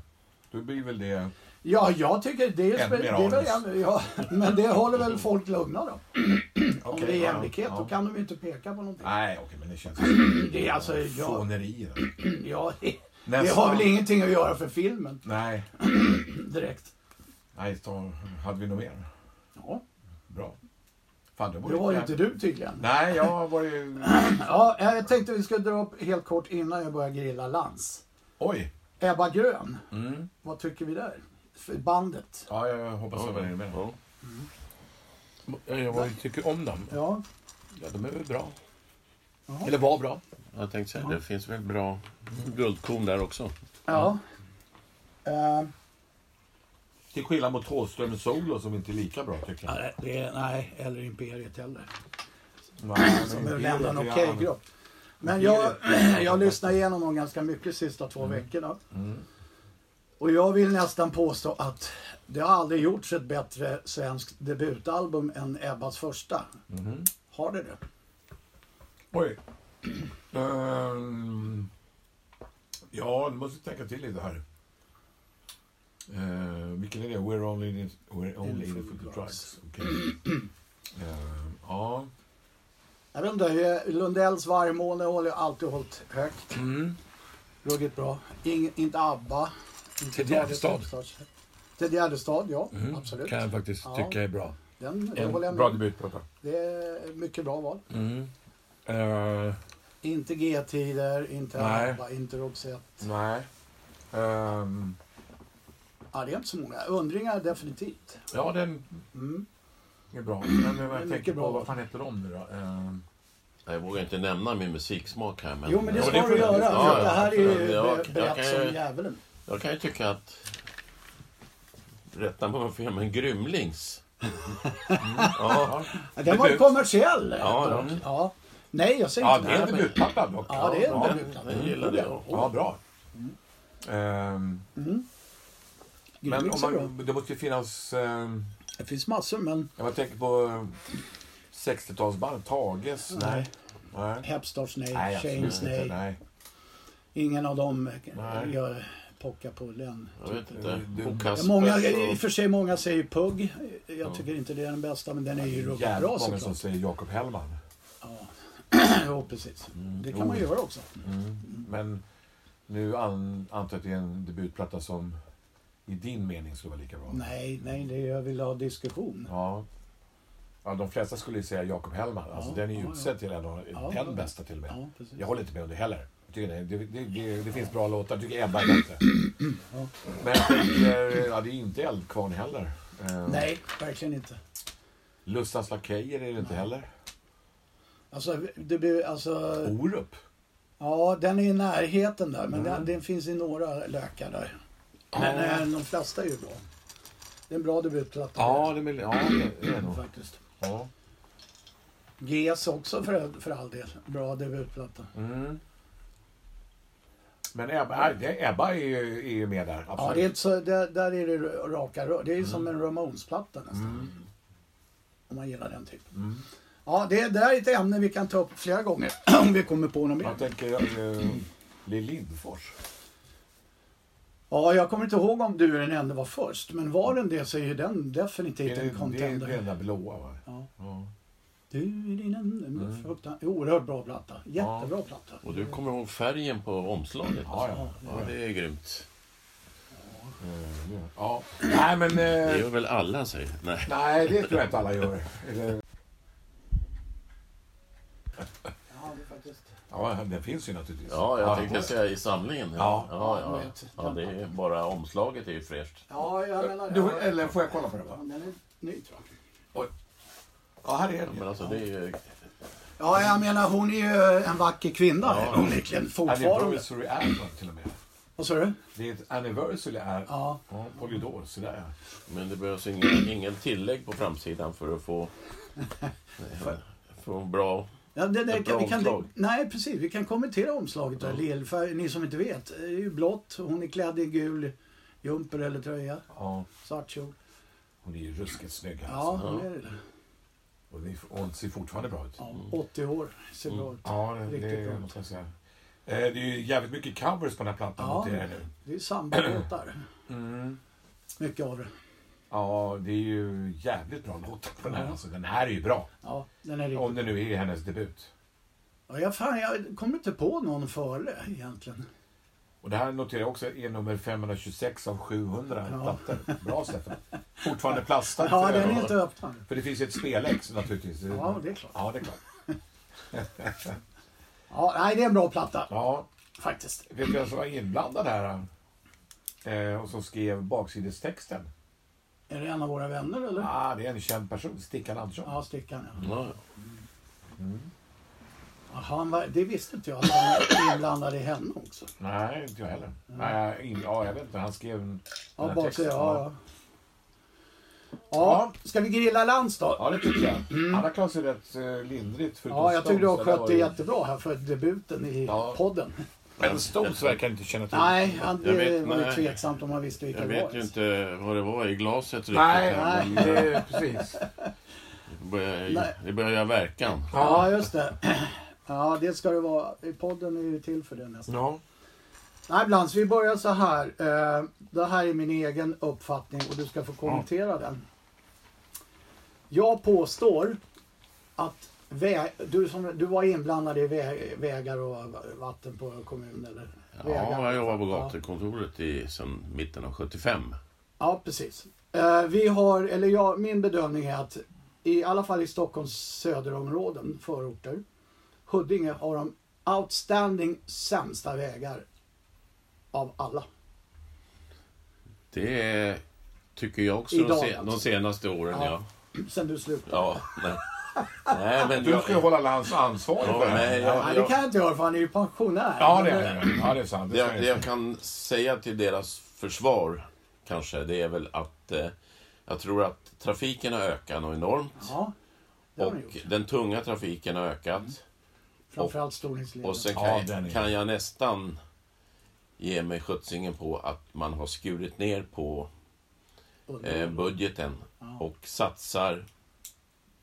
B: Då blir väl det...
A: Ja, jag tycker det är...
B: Ännu
A: Spe-
B: mer Mm.
A: det är väl,
B: anus.
A: jäm- ja, *laughs* men det håller väl folk lugna då. Om
B: okej,
A: det är
B: ja,
A: jämlikhet,
B: ja.
A: då kan de ju inte peka på någonting.
B: Nej, okej, men det känns...
A: Det är alltså... Ja,
B: Fåneri.
A: *clears throat*
B: då.
A: ja, det, det
B: Nästa.
A: har väl ingenting att göra för filmen
B: Nej.
A: direkt.
B: Nej, då hade vi nog mer.
A: Ja,
B: Bra. Fan, det,
A: det var ju inte du tydligen.
B: Nej, jag var ju...
A: *clears throat* Ja, jag tänkte vi skulle dra upp helt kort innan jag börjar grilla Lans.
B: Oj!
A: Ebba Grön,
B: Mm.
A: vad tycker vi där? För bandet.
B: Ja, jag hoppas att det var det du menade.
C: ja. Jag var ju tycker om dem.
A: Ja,
C: Ja, de är väl bra.
A: Ja.
C: Eller var bra. Jag tänkte säga, det finns väl bra guldkorn där också.
A: ja. Eh,
B: Till skillnad mot Thåström Solo som inte är lika bra tycker jag.
A: nej, det är, nej, eller Imperiet heller.
B: Nej, men
A: Som är väl
B: det är
A: ändå en
B: lite
A: okej
B: grann.
A: grupp. Men jag, *clears throat* jag lyssnar igenom dem ganska mycket de sista två veckorna.
B: Mm,
A: Och jag vill nästan påstå att det har aldrig gjorts ett bättre svenskt debutalbum än Ebbas första.
B: mhm.
A: Har det det?
B: Oj. *clears throat* Ehm, ja, nu måste jag tänka till lite här. Uh, vilken är det? We're only in it, we're only in it for the drugs. Okej. Ehm, ja.
A: Jag vet inte, eh, Lundells Vargmåne har jag alltid hållit högt.
D: Mm.
A: Ruggigt bra. Ing, inte ABBA. Inte
D: Ted Gärdestad.
A: Ted Gärdestad, ja. Absolut.
B: Mhm.
D: kan jag faktiskt
A: Ja.
D: tycka är bra.
A: Den, det håller jag med
B: En bra
A: om.
B: debutplatta.
A: Det är mycket bra val.
B: Mm. Eh,
A: Inte G-tider, inte
B: Nej.
A: ABBA, inte Roxette.
B: nej. Ehm,
A: Ja, det är inte så många. Undringar definitivt.
B: ja, den
A: Mm.
B: är bra. Men jag
A: mycket
B: tänker
A: bra.
B: på, vad fan heter de nu då? Ehm,
C: Jag vågar inte nämna min musiksmak här men...
A: Jo, men det
B: Ja,
A: ska
B: det får
A: du
B: du-
A: göra.
B: ja,
A: för att det
C: ja,
A: här är
C: absolut.
A: ju
C: Jag-
A: be-
C: jag
A: berett
C: kan
A: som
C: ju-
A: djävulen.
C: Jag kan ju tycka att... Rätta mig om jag har fel, men Grymlings.
B: *laughs* ja,
A: Ja, Den var
B: Debut.
A: kommersiell.
C: Ja,
A: dock.
C: den-
A: ja. Nej, jag säger
B: ja,
A: inte
B: det är en
A: nej, men-
B: debutplatta dock.
A: Ja, det är en Mm.
B: ja,
A: debutplatta.
C: Jag gillar det. ja.
B: ja, bra. Ehm, men om
A: Grymlings är bra.
B: man, det måste ju finnas... ehm,
A: Det finns massor, men
B: jag tänker på eh, 60-talsband. Tages?
A: nej.
B: Nej,
A: Hepstars nej,
B: nej
A: Shanes
B: absolut
A: nej.
B: inte. Nej.
A: Ingen av dem eh,
B: Nej.
A: gör pockar på den.
C: Jag vet inte.
B: Eh, Du-
C: Och
A: Ja,
C: Kaspers
A: Många, I och
C: och...
A: för sig många säger Pugg. Jag tycker inte det är den bästa, men den är ju ruggigt bra
B: Jävligt många som
A: såklart.
B: säger Jakob Hellman.
A: *clears throat* Ja, precis. Det kan man
B: Oh.
A: göra också.
B: Men nu an, antar jag att det är en debutplatta som i din mening skulle vara lika bra.
A: Nej, nej, det är, jag vill ha diskussion.
B: Ja. ja, de flesta skulle ju säga Jakob Hellman. Alltså,
A: Ja,
B: den är ju
A: ja,
B: utsedd till en av
A: Ja,
B: den
A: ja.
B: bästa till och med.
A: Ja, precis.
B: Jag håller inte med om det heller. Jag tycker det, det, det, det, det finns bra låtar. Jag tycker Ebba är bättre. Men jag tänker, ja, det är inte Eldkvarn heller. Eh,
A: Nej, verkligen inte.
B: Lustans Lakejer är det inte heller.
A: Alltså, det blir, alltså,
B: Orup.
A: ja, den är i närheten där, men
B: Mm.
A: den, den finns i några lökar där. Men eh, de flesta är ju bra. Det är en bra debutplatta.
B: Ja, det är, väl- ja, det är det nog.
A: Faktiskt.
B: Ja.
A: GES också för, för all del. Bra debutplatta.
B: Mm. Men Ebba, nej, det- Ebba är, ju, är ju med där. Absolut. Mm.
A: Ja, det är inte så, där, där är det raka rör. Det är ju som en Ramones-platta nästan. Om man gillar den typen.
B: Mm.
A: Ja, det, det där är ett ämne vi kan ta upp flera gånger *clears throat* om vi kommer på något mer.
B: Jag tänker uh, Lill Lindfors.
A: Ja, jag kommer inte ihåg om du är den enda var först, men var den det så är ju den
B: Det är
A: definitivt en
B: det är
A: contender.
B: den där blåa va?
A: Ja.
B: Ja.
A: Du är din enda fruktan- Oerhört bra platta. Jättebra platta.
C: Mm. Och du kommer ihåg färgen på omslaget?
B: Ja,
C: alltså.
B: ja.
C: ja det är grymt.
B: ja. ja. Nej men...
C: Det
B: eh,
C: gör väl alla, säger Nej.
B: nej det tror jag inte alla gör. Eller-
A: Ja, det är faktiskt...
B: Ja den finns ju naturligtvis.
C: Ja, jag tänkte säga i samlingen.
B: Ja.
C: ja, ja. ja det är bara omslaget är ju fräscht.
A: Ja, jag menar det.
B: Du, eller får jag kolla på det
A: Ja,
B: va?
A: Den är ny tror jag.
B: Oj. Ja här är
C: Men
B: den.
C: alltså, det är ju...
A: Ja, jag menar hon är ju en vacker kvinna
C: Ja.
A: onekligen fortfarande.
B: Anniversary Album till och med.
A: Vad sa du?
B: Det är ett anniversary är
A: Ja.
B: ja, Polydor, sådär ja.
C: Men det behövs ingen, ingen tillägg på framsidan för att
B: *laughs*
C: få... Få en bra...
A: Ja, det, det,
C: Ett
A: kan,
C: bra
A: vi kan,
C: omslag.
A: nej, precis. Vi kan kommentera omslaget. där. Lillfärg, ni som inte vet, är ju blått. Hon är klädd i gul jumper eller tröja.
B: ja.
A: Svart kjol.
B: Hon är ju ruskigt snygg
A: Ja,
B: alltså.
A: hon är det.
B: Och det- och hon ser fortfarande bra ut.
A: Ja, 80 år. Ser bra
C: Mm.
A: ut.
B: Ja, det,
A: Riktigt bra.
B: det måste jag säga. Eh, Det är ju jävligt mycket covers på den här plattan.
A: Ja,
B: noterar jag nu.
A: det är sambalåtar.
B: Mm.
A: Mycket av det.
B: Ja, det är ju jävligt bra låtar på den här.
A: Ja.
B: Alltså, den här är ju bra.
A: Ja, den är
B: Om
A: riktigt.
B: det nu är hennes debut.
A: Ja, jag, fan, jag kommer inte på någon före egentligen.
B: Och det här noterar jag också är nummer 526 av 700 plattor. Bra
A: *laughs*
B: Stefan. Fortfarande plastad
A: Ja,
B: för
A: den är
B: ögonen.
A: inte öppnad.
B: För det finns ju ett spelex naturligtvis.
A: Ja, det är klart.
B: Ja, det är klart.
A: Ja, nej, det är en bra platta
B: Ja,
A: faktiskt.
B: vet du vem som var inblandad här? Eh, och som skrev baksidestexten?
A: Är det en av våra vänner eller? Ja,
B: Ah, det är en känd person. Stickan Andersson.
A: Stickan ja.
C: Ja,
A: Jaha, han var, det visste inte jag att han var inblandad i henne också.
B: Nej, inte jag heller. Nej, in, ja, jag vet inte. Han skrev en,
A: Mm. Ja,
B: den här
A: bara
B: texten.
A: säga, ja, ja. ja, ska vi grilla Lans då?
B: Ja, det tycker jag. Alla klarar sig rätt eh, lindrigt. förutom
A: Mm. Ja, jag tycker du har
B: Stones, där
A: skött
B: var
A: det
B: ju-
A: jättebra här för debuten i
B: Ja.
A: podden.
B: Men Stones verkar inte känna till
A: Nej, han, det
C: Jag vet-
A: var ju
C: nej.
A: tveksamt om han visste vilka
C: jag
A: det
C: vet
A: var.
C: ju inte vad det var i glaset riktigt.
B: Nej,
C: men
B: nej. Det, är- precis.
C: Det börjar,
A: Nej.
C: det börjar göra verkan.
A: Ja, just det. *clears throat* Ja, det ska det vara. Podden är ju till för det nästan.
B: Ja.
A: Nej, Blans, vi börjar så här. Eh, Det här är min egen uppfattning och du ska få kommentera den. Jag påstår att vä- du, som, du var inblandad i vä- vägar och vatten på kommun eller
C: Ja,
A: vägar.
C: jag jobbar på
A: Ja.
C: gatukontoret i, sedan mitten av 75.
A: Ja, precis. Eh, vi har, eller jag, min bedömning är att i alla fall i Stockholms söderområden, förorter, Huddinge har de outstanding sämsta vägar av alla. *clears throat*
C: Det tycker jag också
A: Idag,
C: de, se,
A: alltså.
C: de senaste åren,
A: Ja.
C: ja.
A: Sen du slutade.
C: Ja, nej. nej men
B: Du ska ju
C: jag,
B: hålla lands ansvarig
C: Ja,
B: för det här.
C: nej,
B: Ja,
C: jag-
A: Nej, det kan jag inte göra för han är ju pensionär.
B: ja, det
A: Men, eh,
B: är det. Ja, det är sant.
C: det,
B: Det ska
C: jag, det
B: jag
C: jag kan säga till deras försvar kanske, det är väl att eh, jag tror att trafiken har ökat något enormt.
A: Ja, det har
C: Och
A: han gjort.
C: den tunga trafiken har ökat.
A: Framförallt Storlingsleden.
C: Och sen
B: Ja,
C: kan,
B: den är-
C: jag, kan jag nästan ge mig sjuttsingen på att man har skurit ner på eh, budgeten och satsar.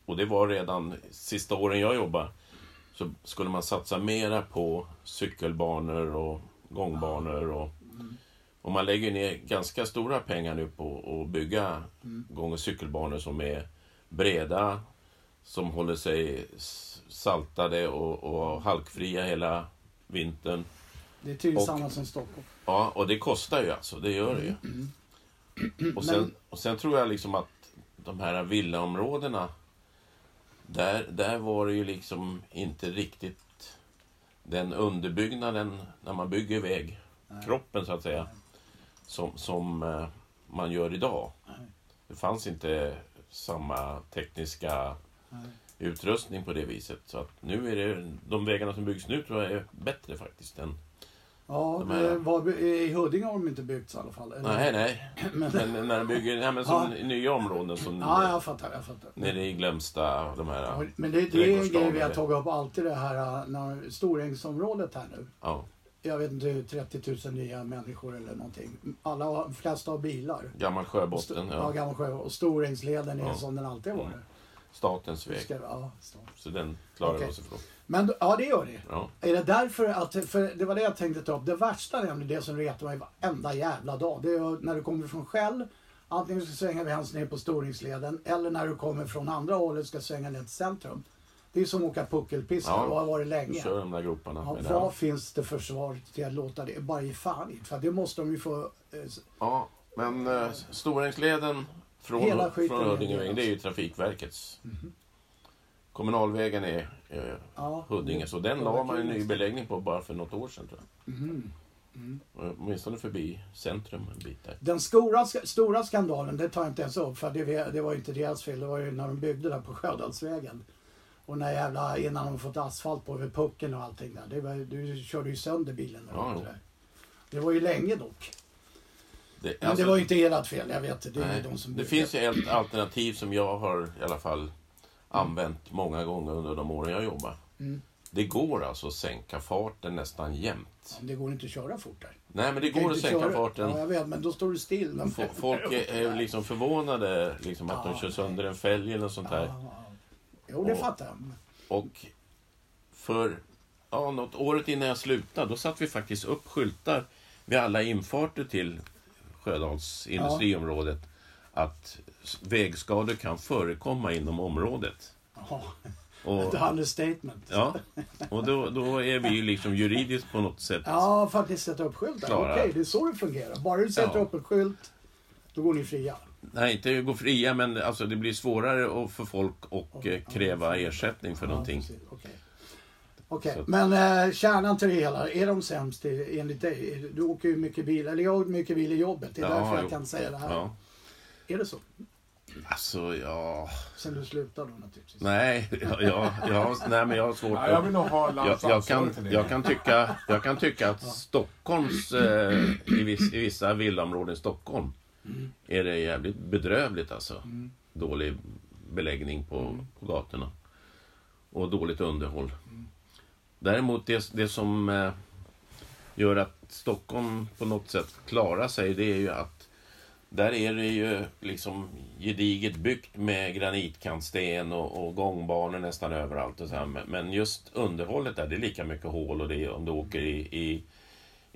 C: Och det var redan sista åren jag jobbade. Så skulle man satsa mera på cykelbanor och gångbanor. Och, och man lägger ner ganska stora pengar nu på att bygga gång och cykelbanor som är breda, som håller sig s- saltade och, och halkfria hela vintern.
A: Det är tydligen
C: och-
A: samma som Stockholm.
C: Ja, och det kostar ju alltså, det gör det ju. Och sen, och sen tror jag liksom att de här villaområdena, där, där var det ju liksom inte riktigt den underbyggnaden när man bygger väg, kroppen så att säga, som, som eh, man gör idag. Det fanns inte samma tekniska utrustning på det viset. Så att nu är det, de vägarna som byggs nu tror jag är bättre faktiskt än
A: Ja,
C: De här-
A: eh, var, i Huddinge har de inte byggts i alla fall. eller?
C: Nej, nej. Men när de bygger nej, men som nya områden som
A: Ja, jag fattar. Jag fattar.
C: nere i Glömsta. De här,
A: Men det, det är en
C: Trädgårdsstaden,
A: grej vi har
C: eller?
A: tagit upp alltid det här eh, när Storängsområdet här nu.
C: ja,
A: Jag vet inte, 30 000 nya människor eller någonting. Alla, har- flesta har bilar.
C: gammal sjöbotten.
A: ja.
C: Ja,
A: Gammal sjö. Och Storängsleden är
C: Ja. Mm,
A: som den alltid har varit.
C: statens väg.
A: Ska- Ja, så.
C: Så den klarar
A: Okej.
C: vi oss ifrån.
A: Men ja, det gör det.
C: Ja.
A: Är det därför att, för det var det jag tänkte ta upp, det värsta nämligen det som retar mig varenda jävla dag. Det är när du kommer från Shell, antingen ska svänga vänster ner på Storingsleden eller när du kommer från andra hållet ska svänga ner till centrum. Det är som att åka puckelpista
C: Ja.
A: och har varit länge.
C: Kör de där groparna.
A: Ja,
C: med det här.
A: vad finns det för svar till att låta det? Bara ge fan i det, För det måste de ju få... eh, s-
C: Ja, men eh, Storängsleden
A: Hela
C: från,
A: skiten
C: från
A: är Mhm.
C: Huddingevägen,
A: deras.
C: det är ju Trafikverkets. Kommunalvägen är eh,
A: Ja,
C: Huddinge, så den
A: det
C: la
A: verkar
C: man en
A: ju
C: ny
A: nästan-
C: beläggning på bara för något år sedan tror jag.
A: Mhm.
C: Och Åtminstone förbi centrum en bit där.
A: Den stora, stora skandalen, det tar jag inte ens upp för det, det var ju inte deras fel. Det var ju när de byggde där på Sjödalsvägen. Och när jävla, innan de fått asfalt på över pucken och allting där. Det var, du körde ju sönder bilen. när du
C: Ja,
A: åkte
C: jo.
A: där. Det var ju länge dock.
C: Det,
A: Men
C: alltså-
A: det var ju inte ert fel, jag vet det. Det är
C: Nej,
A: ju de som
C: det
A: byggde.
C: finns ju ett alternativ som jag har i alla fall använt många gånger under de åren jag jobbar.
A: Mm.
C: Det går alltså att sänka farten nästan jämt.
A: Det går inte att köra fort där.
C: Nej, men det
A: Du kan
C: går att
A: inte
C: sänka
A: köra- Ja,
C: farten.
A: jag vet, men då står du still. Men...
C: Fo- Folk är, är ju liksom förvånade liksom, att de
A: Ja,
C: kör
A: nej.
C: sönder en fälg eller något sånt
A: Ja,
C: där.
A: ja. Jo, det
C: Och-
A: fattar jag.
C: Och för ja, något året innan jag slutade, då satte vi faktiskt upp skyltar vid alla infarter till Sjödals industriområdet. Att s- vägskador kan förekomma inom området.
A: Ja,
C: Och,
A: ett understatement.
C: ja, och då, då är vi ju liksom juridiskt på något sätt.
A: Ja, för att ni sätter upp skyltar. Okej,
C: Alltså. Klara.
A: det är så det fungerar. Bara du sätter
C: Ja.
A: upp en skylt, då går ni fria.
C: Nej, inte gå fria, men alltså, det blir svårare att- för folk att eh, kräva ersättning för någonting.
A: Ja, precis. Okej. Okej,
C: Så att-
A: men eh, kärnan till det hela, är de sämst i, enligt dig? Du åker ju mycket bil, eller jag åker mycket bil i jobbet. Det är därför jag
C: jo.
A: kan säga det här.
C: Ja.
A: Är det så?
C: Alltså, ja...
A: Sen du slutade då naturligtvis.
C: Nej, *laughs* ja, ja, ja, nej men jag har svårt
B: Ja, jag vill nog ha
C: jag,
B: lands
C: jag,
B: ansvarig
C: kan,
B: till det.
C: jag, kan tycka, jag kan tycka att Stockholms, eh, i, viss, i vissa villaområden i Stockholm, är det jävligt bedrövligt alltså. Dålig beläggning på, på gatorna. Och dåligt underhåll. Däremot det, det som eh, gör att Stockholm på något sätt klarar sig, det är ju att där är det ju liksom gediget byggt med granitkantsten och, och gångbanor nästan överallt. Och så här. Men- Men just underhållet där, det är lika mycket hål och det är, om du åker i, i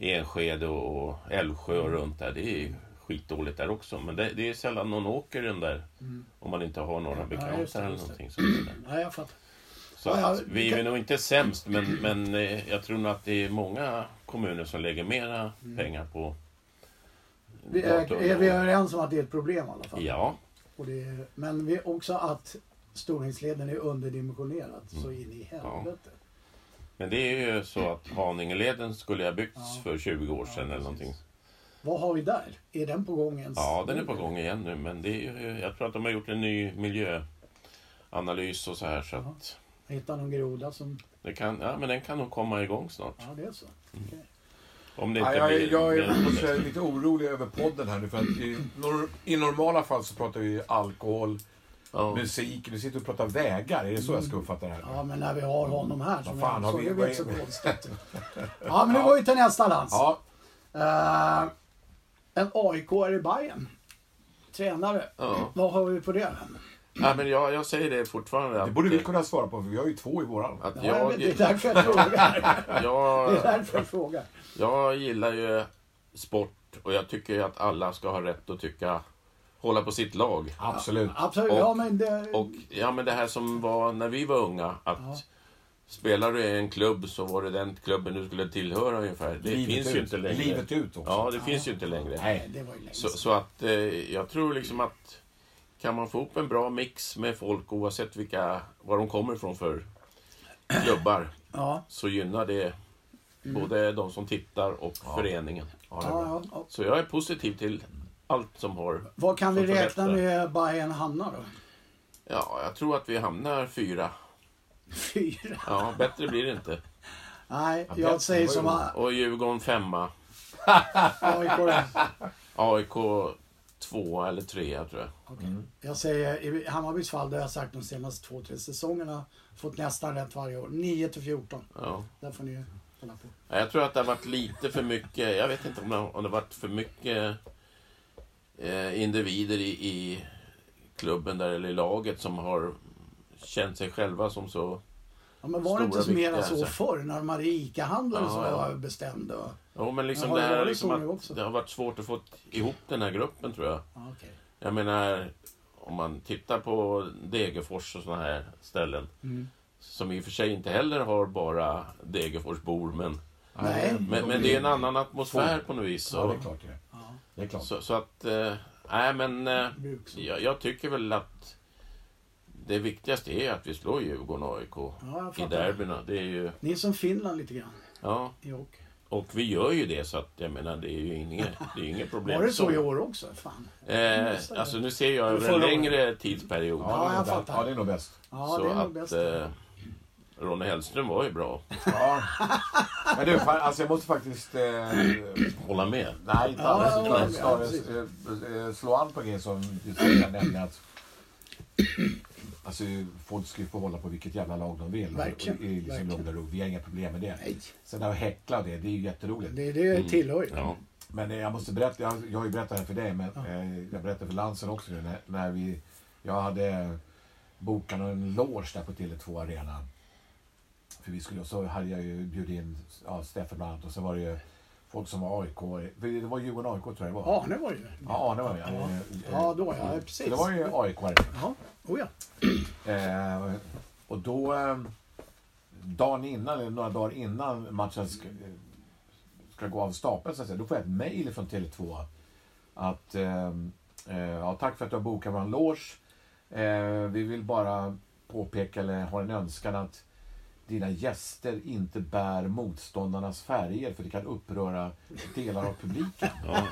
C: i Enskede och Älvsjö och runt där. Det är ju skitdåligt där också. Men det, det är sällan någon åker den där om man inte har några
A: Mm. Ja, just det,
C: bekanta eller
A: just det.
C: någonting. Sånt där.
A: Nej, jag fattar.
C: Så
A: Ja, ja,
C: att vi
A: det-
C: är nog inte sämst, men, men eh, jag tror nog att det är många kommuner som lägger mera pengar på
A: Mm. Vi är,
C: datorn.
A: är vi överens om att det är ett problem i alla fall?
C: Ja,
A: Och det är, men vi också att Storlingsleden är underdimensionerad så
C: Mm.
A: in i helvete.
C: men det är ju så att Haningeleden skulle ha byggts
A: Ja.
C: för 20 år sedan
A: Ja,
C: eller
A: precis.
C: någonting.
A: Vad har vi där? Är den på gång ens?
C: Ja, den är på gång igen nu, men det är, ju- jag tror att de har gjort en ny miljöanalys och så här så
A: Ja.
C: att
A: Hitta någon groda som...
C: det kan, ja, men den kan nog komma igång snart.
A: Ja, det är så.
B: Mm.
A: Okej.
C: Om det inte
B: Ja, jag, är-
C: blir...
B: jag är
C: blir-
B: i och för sig lite orolig över podden här nu för att i, nor- i normala fall så pratar vi alkohol,
C: Ja.
B: musik, vi sitter och pratar vägar. Är det så jag ska uppfatta det här?
A: Ja, men när vi har honom här
B: Vad
A: som
B: fan har
A: så
B: vi-
A: är
B: vad
A: det
B: är
A: inte så
B: vi? *laughs*
A: konstigt. Ja, men nu går vi till nästa dans.
B: Ja,
A: Eh, en AIK är i Bayern. Tränare.
C: Ja.
A: Vad har vi på det?
C: Ja, men jag, jag säger det fortfarande. Att, eh,
B: det borde vi kunna svara på för vi har ju två i våran.
C: att
A: Ja, jag vet,
C: jag,
A: det är därför jag
B: *laughs*
A: frågar. Det är
C: jag,
A: därför jag frågar.
C: jag gillar ju sport och jag tycker ju att alla ska ha rätt att tycka, hålla på sitt lag.
B: Absolut.
A: Absolut.
C: Och-
A: ja, men det...
C: Och ja, men det här som var när vi var unga, att
A: Ja.
C: spelar du i en klubb så var det den klubben du skulle tillhöra ungefär. Det
B: Livet
C: finns
B: ut.
C: ju inte längre.
B: Livet ut också.
C: Ja, det finns ju inte längre.
A: Nej,
B: Nej.
A: det var ju länge
C: Så,
A: sedan.
C: så att eh, jag tror liksom att kan man få upp en bra mix med folk oavsett vilka, var de kommer ifrån för klubbar
A: Ja,
C: så gynnar det både de som tittar och föreningen.
B: Mm. Ja, det är
A: ja,
B: bra.
A: ja, ja.
C: Så jag är positiv till allt som har...
A: Vad kan vi
C: Som
A: räkna
C: förbättrar.
A: med Bayern hamnar då? *laughs*
C: Ja, jag tror att vi hamnar fyra.
A: Fyra?
C: Ja, bättre blir det inte.
A: Nej,
B: bättre
A: jag säger
B: var
A: som
B: ju-
A: A-
C: Och Djurgården femma.
A: AIK. då.
C: AIK tvåa eller trea tror jag.
A: Okej. Jag säger, i Hammarbys fall, det har jag sagt de senaste två, tre säsongerna, fått nästan rätt varje år. 9 till 14.
C: Ja.
A: Där får ni hålla på.
C: Ja, Jag tror att det har varit lite för mycket, jag vet inte om det har, om det har varit för mycket eh, individer i, i klubben där eller i laget som har känt sig själva som så...
A: Ja, men var det
C: Stora,
A: inte så mera
C: viktiga,
A: så
C: alltså.
A: förr när de hade ICA-handlare
C: Ja,
A: som
C: ja.
A: var bestämda? Och...
C: Jo, men liksom
A: Ja,
C: det
A: det var
C: här
A: det
C: liksom
A: så nu
C: att
A: också.
C: det har varit svårt att få ihop den här gruppen tror jag.
A: Ja, okej.
C: Jag menar, om man tittar på Degerfors och sådana här ställen
A: Mm.
C: som i och för sig inte heller har bara Degerforsbor men,
A: Nej.
B: de-
C: men, men det är en annan atmosfär på något vis.
B: Ja, det
C: Så,
B: är klart det är.
A: Ja,
B: Det är klart.
C: så, så att, eh, nej men eh,
A: bruk så. Ja,
C: jag, jag tycker väl att det viktigaste är att vi slår Djurgården och AIK
A: jag
C: i
A: fattar.
C: derbyna. Det är ju,
A: Ni är som Finland lite grann
C: ja,
A: i hockey.
C: och vi gör ju det så att jag menar det är ju inget, det
A: *laughs*
C: är inget problem.
A: Var det så i år också? Fan.
C: Eh, alltså nu ser jag över en
A: Förra året.
C: längre tidsperiod.
A: Ja,
B: det är
A: jag
B: bäst.
A: fattar.
B: Ja, det är nog bäst.
A: Ja,
C: så
A: det är nog
C: att
A: bäst.
C: eh, Ronny Hellström var ju bra.
B: Ja. Men du, fan, alltså jag måste faktiskt... Eh,
C: Hålla med.
B: Nej, inte
A: Ja,
B: alls.
A: ja,
B: utan
A: ja,
B: snarare
A: precis.
B: eh, eh, slå an på grejer som du säger, nämligen att alltså, folk ska ju få hålla på vilket jävla lag de vill.
A: Verkligen,
B: Och, och, i liksom
A: verkligen.
B: lugn och ro. Vi har inga problem med det.
A: Nej,
B: Sen att häckla det, det är ju jätteroligt.
A: det, det tillhör ju.
C: Ja.
B: Men eh, jag måste berätta, jag, jag har ju berättat det här för dig, men eh, jag berättade för Lansen också nu när, när vi, jag hade bokat en loge där på Tele2 Arena. För vi skulle, så hade jag ju bjudit in ja, Steffen bland annat och så var det ju folk som var AIK, för det var Djurgården AIK tror jag det var.
A: Ja, nu var det ju.
B: Ja, det var jag.
A: Ja.
B: Eh,
A: Ja,
B: eh,
A: då ja, precis.
B: Det var ju AIK. här.
A: Ja, oh ja.
B: Eh, och då, eh, dagen innan, eller några dagar innan matchen ska, eh, ska gå av stapeln, så att säga, då får jag ett mejl från Tele2. Att, eh, eh, ja, tack för att du har bokat vår loge. Eh, vi vill bara påpeka, eller har en önskan att dina gäster inte bär motståndarnas färger för det kan uppröra delar av publiken.
C: Ja.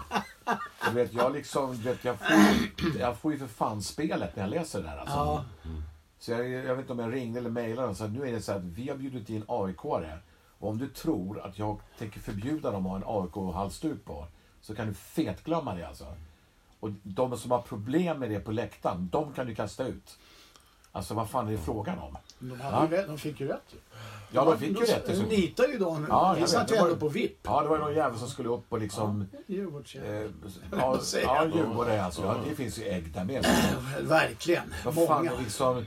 B: Du vet, jag, liksom, du vet, jag, får, jag får ju för fan spelet när jag läser det här. Alltså.
A: ja.
B: Så jag, jag vet inte om jag ringde eller mejlade dem. Så att nu är det så här att vi har bjudit in AIK-are. Och om du tror att jag tänker förbjuda dem att ha en AIK-halsduk på, så kan du fetglömma det alltså. Och de som har problem med det på läktaren, de kan du kasta ut. Alltså vad fan är det frågan om?
A: De, hade ju rätt, de fick ju rätt.
B: Ja, de fick ju rätt.
A: De
B: Liksom.
A: nitar ju dem.
B: Ja, jag
A: Vi
B: vet.
A: satt ju
B: Det var-
A: ändå på VIP.
B: Ja, det var ju någon jävel som skulle upp och liksom...
A: Djurgårdsserien.
B: Eh, ja,
A: säga.
B: ja, Djurgården alltså. Ja, det finns ju ägg där med.
A: Eh, Verkligen.
B: Vad fan,
A: Många.
B: liksom,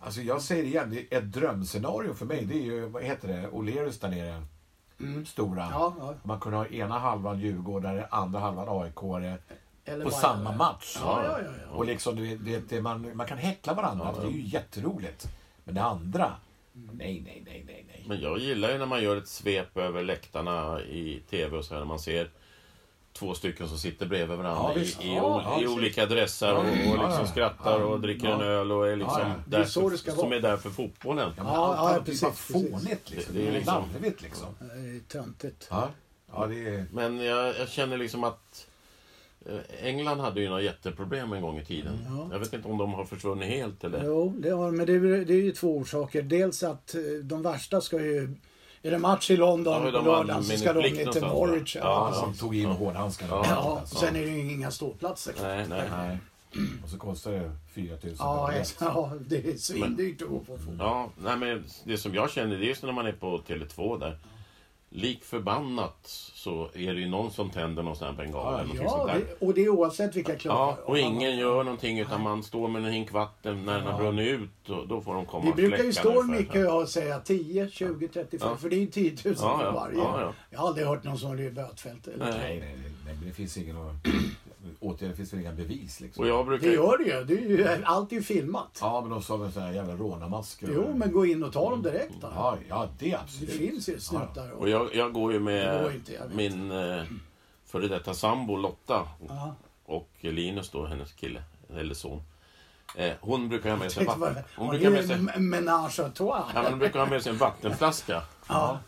B: alltså jag säger det igen, det är ett drömscenario för mig det är ju, vad heter det, O'Learys där nere. Stora.
A: Mm. Ja, ja.
B: Man kunde ha ena halvan djurgårdare, andra halvan AIK-are
A: Eller
B: på
A: Bayern.
B: samma match.
A: Ja, ja, ja, ja.
B: Och liksom, du vet, det, det, man, man kan häckla varandra, det är ju jätteroligt. Men det andra, nej, nej, nej, nej, nej.
C: Men jag gillar ju när man gör ett svep över läktarna i tv och så här när man ser två stycken som sitter bredvid varandra
B: Ja,
C: i,
B: visst.
C: i,
B: Ja,
C: o-
B: ja,
C: i
B: visst.
C: olika dressar och, och
B: Ja, ja,
C: liksom
B: ja.
C: skrattar och dricker en
B: Ja.
C: öl och är liksom
B: Ja, ja.
A: Det är
C: där
A: så det ska
C: för, som
A: vara.
C: är där för fotbollen.
B: Ja,
A: Ja, ja,
B: allt, allt är
A: precis,
B: bara
A: precis.
B: fånigt liksom.
C: Det- det är liksom-
B: larvigt liksom.
A: Det är töntigt.
B: Ja, ja det är...
C: Men jag, jag känner liksom att eh, England hade ju några jätteproblem en gång i tiden.
A: Ja.
C: Jag vet inte om de har försvunnit helt eller...
A: Jo, det har, men det är, det är ju två orsaker. Dels att eh, de värsta ska ju... Är det match i London
C: Ja,
A: på
C: de har
A: lördagen så ska de
C: minutplikt
A: ner till
C: någonstans,
A: Norwich.
C: ja.
A: Ja,
B: Ja,
A: precis.
B: de tog in hårdhandskarna.
C: Ja.
A: ja,
B: Alltså.
A: och sen är det ju inga ståplatser.
C: Nej, nej.
A: *clears throat*
B: Nej. Och så kostar det 4000
A: Ja, ja,
B: per biljett.
A: ja, det är svindyrt att gå på fotboll.
C: Ja, nej men det som jag känner det är just när man är på Tele2 där. Lik förbannat så är det ju någon som tänder någon sån här bengal eller någonting sånt
A: Ja,
C: där.
A: det, och det är oavsett vilka klubbar.
C: Ja, och ingen gör någonting utan man står med en hink vatten när den har brunnit ut och då får de komma
A: Vi
C: och
A: brukar ju
C: släcka
A: stå
C: ungefär.
A: Micke och jag och säga 10, 20, 35
C: Ja.
A: för det är ju 10 000
C: Ja,
A: för
C: ja,
A: varje.
C: ja, ja.
A: Jag har aldrig hört någon som blir bötfälld. eller-
C: Nej.
B: Nej, nej, nej, nej, men det finns ingen att- *clears throat* åtgärd, det finns väl inga bevis liksom.
C: Och jag brukar...
A: Det gör det ju. Det är ju allt är ju filmat.
B: Ja, men de sa väl sådana här jävla rånarmasker.
A: Jo, men gå in och ta dem direkt då.
B: Ja, ja, det
A: Det
B: absolut.
A: finns ju snutar.
C: Och
A: Och...
C: jag, jag går ju
A: Det
C: med
A: går inte, jag vet.
C: min eh, före detta sambo Lotta
A: Ja.
C: och Linus då, hennes kille, eller son. Eh, hon brukar ha med sig
A: Tänkte
C: vatten.
A: bara,
C: Hon
A: ja,
C: brukar ha
A: det
C: med sig...
A: är en menage à trois.
C: Ja, men hon brukar ha med sig en vattenflaska.
A: Ja.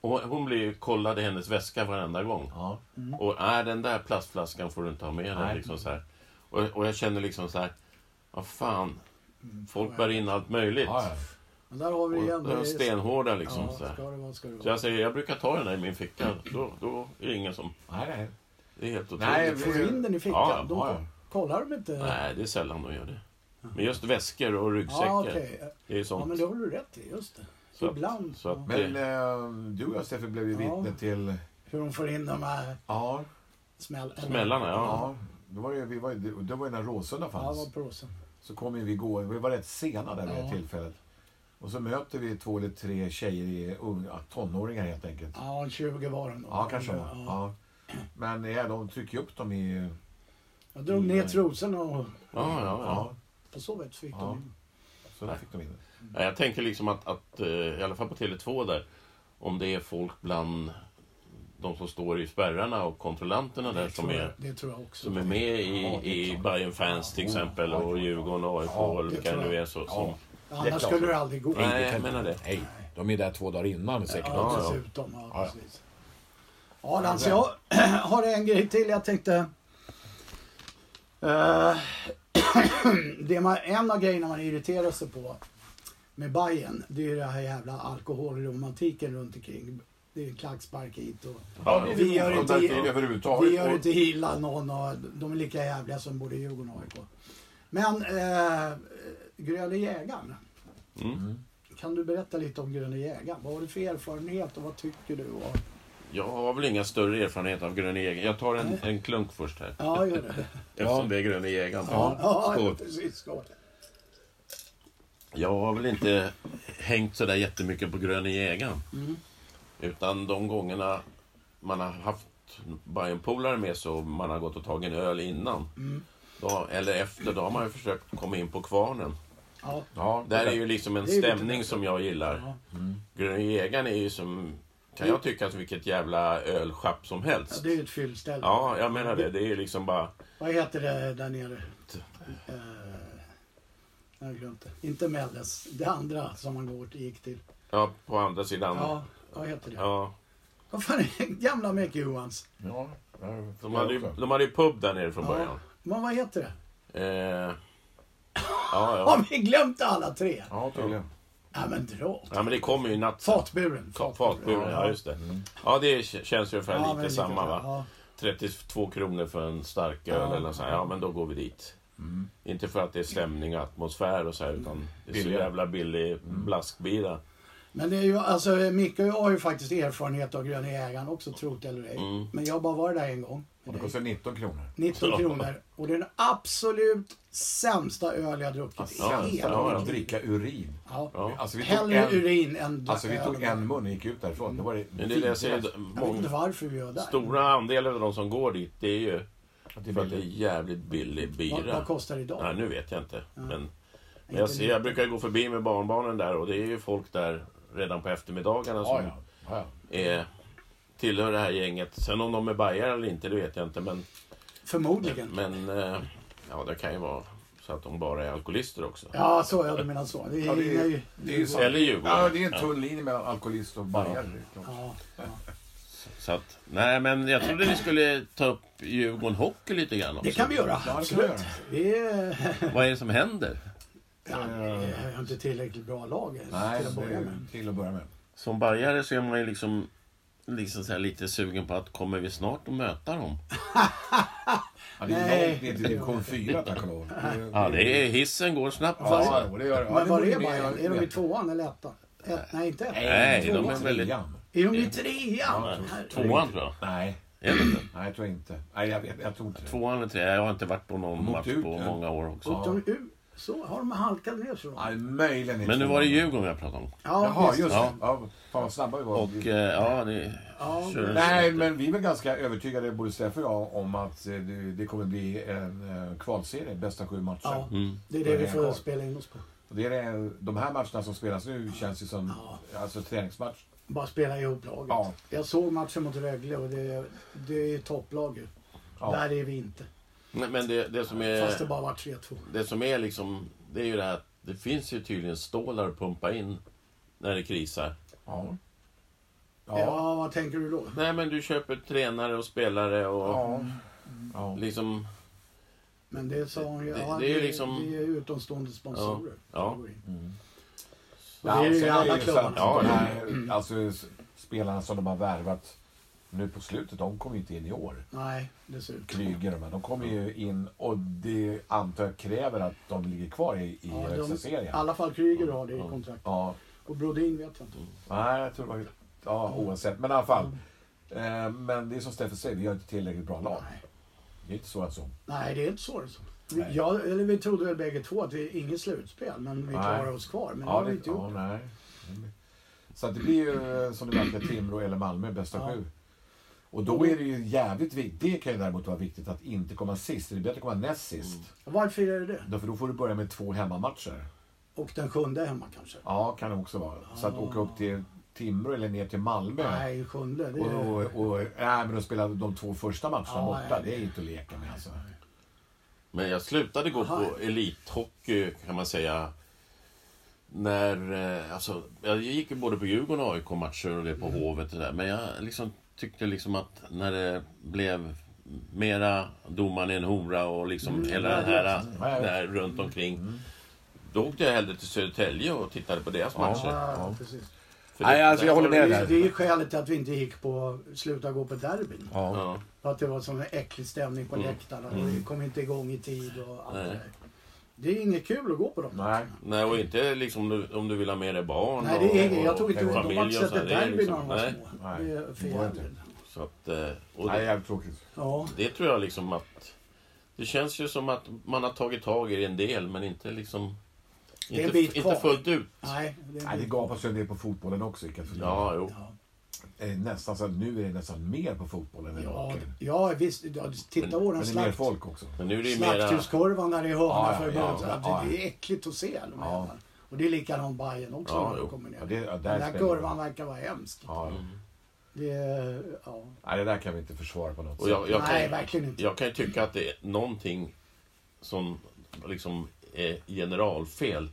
C: Och hon blir ju kollad i hennes väska varenda gång.
B: Ja.
A: Mm.
C: Och är den där plastflaskan får du inte ha med dig.
B: Nej.
C: Liksom så här. och, och jag känner liksom så här, vad fan,
A: Mm.
C: folk bär in allt möjligt.
B: Ja, ja.
A: Men där har vi
C: Och,
A: igen.
C: de är
A: det är-
C: stenhårda liksom.
A: Ja,
C: så, här.
A: ska det vara, ska det
C: så
A: vara.
C: jag säger, jag brukar ta den där i min ficka. Då, då är det ingen som...
B: Nej, nej.
C: Det är helt otroligt.
B: Nej,
C: Nej,
B: vi-
A: Får du in den i fickan,
C: Ja, ja,
A: då
B: ja.
A: kollar de inte.
C: det är sällan de gör det. Men just väskor och ryggsäckar.
A: ja, okej.
C: Det är ju
A: Ja,
C: sånt.
A: men det håller du rätt i. Just det.
C: Så att-
A: Ibland.
C: så att-
B: Men eh, du och jag, Steffe, blev ju
A: Ja.
B: vittne till...
A: Hur de får in de här
B: Ja,
A: smällarna.
C: Smällarna, ja.
B: ja. Det var ju, vi var, ju- det var ju när Råsunda
A: Ja, det
B: fanns.
A: var prosen.
B: Så kom ju vi gå, vi var rätt sena där vid det
A: Ja.
B: tillfället. Och så möter vi två eller tre tjejer, i unga, ja, tonåringar helt enkelt.
A: Ja, 20 var de då.
B: Ja, kanske de var.
A: Ja.
B: ja. Men ja, de trycker upp dem i...
A: Jag drog ner trosorna och
C: Ja, ja, ja.
B: Ja,
A: på så sätt fick
B: Mm. Ja.
A: de in.
B: så fick de in det.
C: Nej, Jag tänker liksom att, att eh, i alla fall på Tele2 där, om det är folk bland de som står i spärrarna och kontrollanterna där som är,
A: Det tror jag också.
C: som är med i,
B: Ja, det är
C: i
B: klart.
C: Bayern fans till exempel och Djurgården och AIK
B: Ja,
C: eller
A: det
C: vilka det
A: tror jag.
C: nu är så. Som,
B: det är
A: Annars
B: klart.
A: skulle det aldrig gå.
C: Nej, jag Eh, menar det.
B: Nej, de är där två dagar innan säkert.
A: Ja,
C: Ja, ja.
A: dessutom. Ja,
B: Ja, ja.
A: precis. Ja, Lans, jag *clears throat* har en grej till jag tänkte... Eh, *clears throat* det man, en av grejerna man irriterar sig på med Bayern det är ju den här jävla alkoholromantiken runt omkring. Det är ju klackspark hit och...
C: Ja,
B: det är
A: vi gör inte...
B: romantik överhuvudtaget.
A: Vi gör inte illa någon och de är lika jävliga som både Djurgården och AIK. Men eh, Gröne jägaren. Mm. Kan du berätta lite om Gröne jägaren? Vad har du för erfarenhet och vad tycker du? Och...
C: Jag har väl inga större erfarenhet av Gröne jägaren. Jag tar en, en klunk först här.
A: Ja, gör det.
C: Eftersom det är Gröne jägaren.
A: Ja,
C: Skål.
A: precis. Skål.
C: Jag har väl inte hängt sådär jättemycket på Gröne jägaren.
A: Mm.
C: Utan de gångerna man har haft Bayern polare med så man har gått och tagit en öl innan.
A: Mm.
C: Då, eller efter, då har man ju försökt komma in på kvarnen.
A: Ja,
B: Ja,
C: Där är ju liksom en
A: Det är ju lite
C: stämning som jag gillar.
A: Ja.
C: Gröna jägaren är ju som, kan jag tycka, som vilket jävla ölschapp som
A: ja,
C: helst.
A: det är ju ett fyllställe.
C: Ja, jag menar det. Det är ju liksom bara...
A: Vad heter det där nere? Eh, jag har glömt det. Inte Meldes. Det andra som man går, gick till.
C: Ja, på andra sidan.
A: Ja, vad heter det?
C: Ja.
A: Vad fan är det? Gamla Mäki Johans.
B: Ja, där-
C: De hade, ju, de hade ju pub där nere från början.
A: Men vad heter det?
C: Eh, ja, ja.
A: Har vi glömt alla tre?
B: Ja, tydligen.
A: Ja men dra åt.
C: ja, men det kommer ju i natt.
A: Fatburen.
C: Ka- Fatburen, ja Mm. just det. Ja, det k- känns ju ungefär
A: Ja, men
C: lite samma
A: så,
C: va?
A: Ja.
C: 32 kronor för en stark öl
A: Ja.
C: eller så här. Ja, men då går vi dit. Inte för att det är stämning och atmosfär och så här, utan det är så
B: Billigare.
C: jävla billig blaskbira.
A: Men det är ju, alltså Micke och jag har ju faktiskt erfarenhet av Gröna Jägaren också, trot eller ej. Men jag har bara varit där en gång.
B: Mm. Och det kostar 19 kronor.
A: 19
C: Ja.
A: kronor. Och det är den absolut sämsta öl jag har druckit i
B: Känslan
A: hela
B: av
A: mitt
B: att
A: liv.
B: dricka urin.
A: Ja.
C: Ja.
B: Alltså vi tog
A: Hellre
B: en,
A: urin än
B: alltså, vi
A: öl.
B: tog en mun och gick ut därifrån. Det var det
C: Men det är det jag säger,
B: vidrigaste.
A: Jag vet inte
C: många,
A: varför vi gör där.
C: stora andelar av de som går dit, det är ju
B: Att det är
C: för att det är
B: billigt.
C: jävligt billig
A: vad,
C: bira.
A: vad kostar det idag?
C: Nej, nu vet jag inte. Men, men jag,
A: Inte
C: ser, jag brukar ju gå förbi med barnbarnen där och det är ju folk där redan på eftermiddagarna som
B: Ja, ja. ja, ja.
C: är Eh, tillhör det här gänget. Sen om de är bajare eller inte, det vet jag inte. Men,
A: Förmodligen.
C: men eh, ja, det kan ju vara så att de bara är alkoholister också.
A: Ja, så ja, du menar så. Det är,
B: Ja, det är-
A: nej.
B: det är ju så.
C: Eller Djurgården.
B: Ja, det är en tunn linje mellan alkoholist och bajare.
A: Ja, ja.
C: Så att, nej, men jag trodde vi skulle ta upp Djurgården Hockey lite grann också.
A: Det kan vi göra,
B: Ja, det kan
A: absolut.
B: vi göra.
A: Det är, *laughs*
C: Vad är det som händer?
A: ja, det är inte tillräckligt bra lag eh,
B: Nej,
A: till att
B: det
A: börja
B: är
A: med.
B: till att börja med.
C: Som bajare så är man ju liksom, liksom så här lite sugen på att kommer vi snart att möta dem?
B: Ja, det är
A: Nej.
B: långt ner till division 4, tack och lov.
C: Ja, det är, hissen går snabbt. alltså.
B: Ja, det gör det. Ja,
A: Men
B: det
A: var
B: borde
A: är
B: ni
A: Bayern? Är de i
B: veta.
A: tvåan eller ettan? Ett, nej, inte ettan.
C: Nej, de är
B: Tvåan.
C: väldigt...
B: Trean.
A: Är de i trean?
C: Tvåan tror jag.
B: Nej,
C: Är det inte?
B: nej, jag tror inte. Nej, jag, vet, jag tror inte det.
C: Tvåan eller trean. Jag har inte varit på någon
B: Mot
C: match
B: ut,
C: på
B: ja.
C: många år också.
A: Åkte de ur? Så har de halkat ner så de.
B: Nej, möjligen inte.
C: Men nu var det Djurgården jag pratade om.
A: Ja,
B: Jaha,
A: visst.
B: just
C: Ja.
B: det. Ja, fan vad snabba vi var.
C: Och eh, ja, det...
A: Ja,
C: Kör.
B: Nej, men vi är väl ganska övertygade, både Steffe och jag, om att eh, det, det kommer bli en eh, kvalserie, bästa sju matcher.
A: ja.
C: Mm.
A: Det är det vi får spela in oss på.
B: Och det är det, de här matcherna som spelas nu känns ju som alltså, träningsmatch.
A: Bara spela ihop laget.
B: Ja.
A: Jag såg matchen mot Rögle och det, det är ju topplag ju.
B: Ja.
A: Där är vi inte.
C: Nej, men det, det som
A: Fast det
C: är...
A: bara var 3-2.
C: Det som är liksom... Det är ju det här att det finns ju tydligen stålar att pumpa in när det krisar.
B: Ja.
A: Ja.
B: Ja.
A: vad tänker du då?
C: Nej, men du köper tränare och spelare och
B: Ja.
A: Mm.
B: ja.
C: liksom...
A: Men det sa hon ju.
C: Det-
A: ja,
C: det är ju liksom-
A: det är utomstående sponsorer.
C: Ja, ja.
A: som går in.
B: Ja,
A: Och det är
B: och
A: ju
B: sen
A: i alla
B: ju så
A: klubbar.
B: att
C: Ja,
B: de
C: ja.
B: här, alltså, s- spelarna som de har värvat nu på slutet, de kommer ju inte in i år.
A: Nej, det ser ut.
B: Kryger de här, de kommer ju in och det antar jag kräver att de ligger kvar i, i
A: Ja, de, I
B: högsta-serien.
A: alla fall Kryger har det i kontrakt.
B: Ja,
A: Och Brodin vet jag inte.
B: nej jag tror det var... Ja, oavsett. Men i alla fall.
A: Mm.
B: Eh, men det är som Steffe säger, vi har inte tillräckligt bra lag.
A: Nej.
B: Det är inte så att så.
A: Nej, det är inte så. det är så. Vi,
B: Nej.
A: ja, eller vi trodde väl bägge två att vi inget slutspel, men vi
B: Nej.
A: klarar oss kvar. Men det har vi inte
B: ja,
A: gjort.
B: nej. Så att det blir ju eh, som det verkar Timrå eller Malmö bästa
A: Ja.
B: sju. Och då är det ju jävligt viktigt. Det kan ju däremot vara viktigt att inte komma sist. Det är bättre att komma näst sist.
A: Varför är det det?
B: Därför då får du börja med två hemmamatcher.
A: Och den sjunde hemma kanske?
B: Ja, kan det också vara. Så att åka upp till Timrå eller ner till Malmö.
A: Ah. Nej, sjunde. Det
B: Och,
A: är...
B: och, och, nej, men att spela de två första matcherna
A: Ja,
B: borta,
A: nej.
B: det är inte att leka med alltså.
C: Men jag slutade gå
A: Aha.
C: på elithockey kan man säga. När, eh, alltså, jag gick ju både på Djurgården och AIK-matcher och det
A: Mm.
C: på Hovet och där. Men jag liksom tyckte liksom att när det blev mera domaren är en hora och liksom
A: Mm.
C: hela den här,
B: Ja, jag vet.
C: där runt omkring. Då åkte jag hellre till Södertälje och tittade på deras matcher.
A: Ja, precis.
C: För
B: Nej,
C: det-
B: alltså, jag
C: där
B: håller
C: var det-
A: Det
B: med
A: är, det är skälet till att vi inte gick på sluta gå på derbyn.
B: Ja. Mm.
C: Ja.
A: För att det var sån här äcklig stämning på läktarna och vi kom inte igång i tid och allt det
C: Nej.
A: där. Det är inget kul att gå på dem.
B: Nej.
C: Nej, och inte liksom om du, om du vill ha med dig barn
A: Nej, det är
C: och,
A: inget. Jag tog inte
C: och
A: ut de
C: familj och så.
A: matcherna
C: här.
A: till
C: Det är
A: derbyn när de
C: liksom,
A: var
C: nej.
A: små.
B: Nej.
A: Det är för
B: Det går inte.
A: jävligt.
C: Så att, eh, och det,
B: Nej, jävligt tråkigt.
A: Ja.
C: Det tror jag liksom att... Det känns ju som att man har tagit tag i en del, men inte liksom...
A: är en
C: Inte,
A: bit kvar.
C: inte fullt ut.
A: Nej, det är
B: Nej, det
A: inte-
B: gapas ju en del på fotbollen också. vilket-
C: Ja, jo.
A: Ja.
B: Det är nästan så att nu är det nästan mer på fotbollen än
A: Ja,
B: hockeyn.
A: ja visst. Ja, titta
B: Men
A: årens
B: det är mer
A: slakt.
B: folk också.
C: Men nu är det ju mera...
A: Slakthuskorvan där i
B: Ja,
A: hörna
B: ja,
A: för
B: ja,
A: ja,
B: ja,
A: Det
B: ja.
A: är äckligt att se. De
B: Ja.
A: ja. Och det är likadant Bajen också
C: Ja,
A: när
C: jo.
A: de kommer ner.
B: Ja, det, ja, där
A: Den där
B: spelar det roll.
A: kurvan verkar vara hemsk.
B: Ja,
C: Mm.
A: Det är, ja.
B: Nej, det där kan vi inte försvara på något
C: Och jag, jag,
A: Nej,
C: kan,
A: verkligen inte.
C: jag kan ju tycka att det är någonting som liksom är generalfel.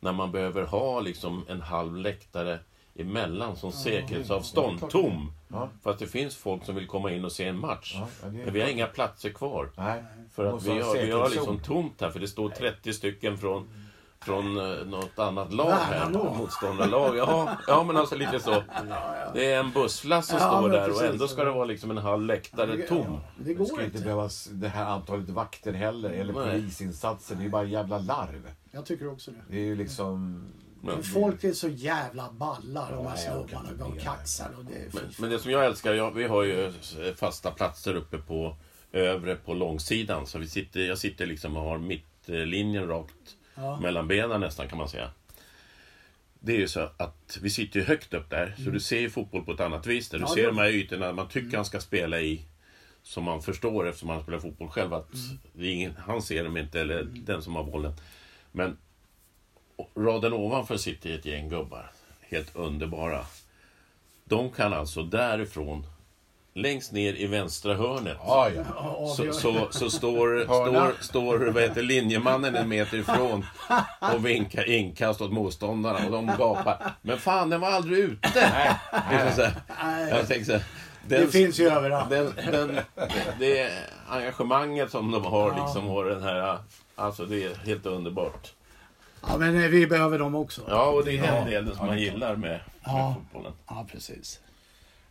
C: När man behöver ha liksom en halv läktare emellan som säkerhetsavstånd, tom.
B: Ja.
C: För att det finns folk som vill komma in och se en match.
B: Ja, ja, det är-
C: Men vi har inga platser kvar.
B: Nej,
C: För att
B: måste
C: vi
B: ha
C: har, vi har
B: säkerhetszon.
C: liksom tomt här, för det står 30 stycken från, från eh, något annat lag här.
A: Värnamo.
C: Motståndarlag. Ja, ja, men alltså lite så. Det är en busslast som
A: Ja,
C: står
A: men
C: där och
A: precis.
C: ändå ska det vara liksom en halv läktare tom.
A: Det
B: Det ska
A: går
B: inte
A: inte.
B: behövas det här antalet vakter heller, eller
C: Nej.
B: polisinsatser. Det är bara jävla larv.
A: Jag tycker också det.
B: Det är ju liksom...
A: Men folk är så jävla balla de här
B: Nej, jag orkar
A: snubbarna.
B: inte
A: De
B: med.
A: kaxar och det är
C: Men, men det som jag älskar, jag, vi har ju fasta platser uppe på övre på långsidan. Så vi sitter, jag sitter liksom och har mittlinjen rakt
A: Ja.
C: mellan benen nästan kan man säga. Det är ju så att vi sitter ju högt upp där, så du ser ju fotboll på ett annat vis. Där. Du
A: Mm. Ja,
C: ser
A: det- Mm.
C: de här ytorna man tycker han ska spela i. Som man förstår eftersom han spelar fotboll själv att
A: Mm.
C: det är ingen, han ser dem inte, eller den som har bollen. Men raden ovanför sitter ett gäng gubbar. Helt underbara. De kan alltså därifrån längst ner i vänstra hörnet.
B: Ja, ja.
A: Ja,
C: Så,
A: avgör-
C: så, så
A: *laughs*
C: står,
B: Hörna.
C: står, står vad heter, linjemannen en meter ifrån och vinkar inkast åt motståndarna och de gapar. Men fan, den var aldrig ute!
B: Nej,
C: Liksom
B: nej.
C: så här.
A: Nej,
C: Jag tänker så här,
A: det
C: den,
A: finns ju överallt.
C: den, den, det engagemanget som de har liksom och den här, alltså det är helt underbart.
A: Ja, men eh, vi behöver dem också.
C: Ja, och det är
B: Ja.
C: den delen som
B: Ja,
C: man
B: det är
C: gillar med, med
A: Ja.
C: fotbollen.
A: Ja, precis.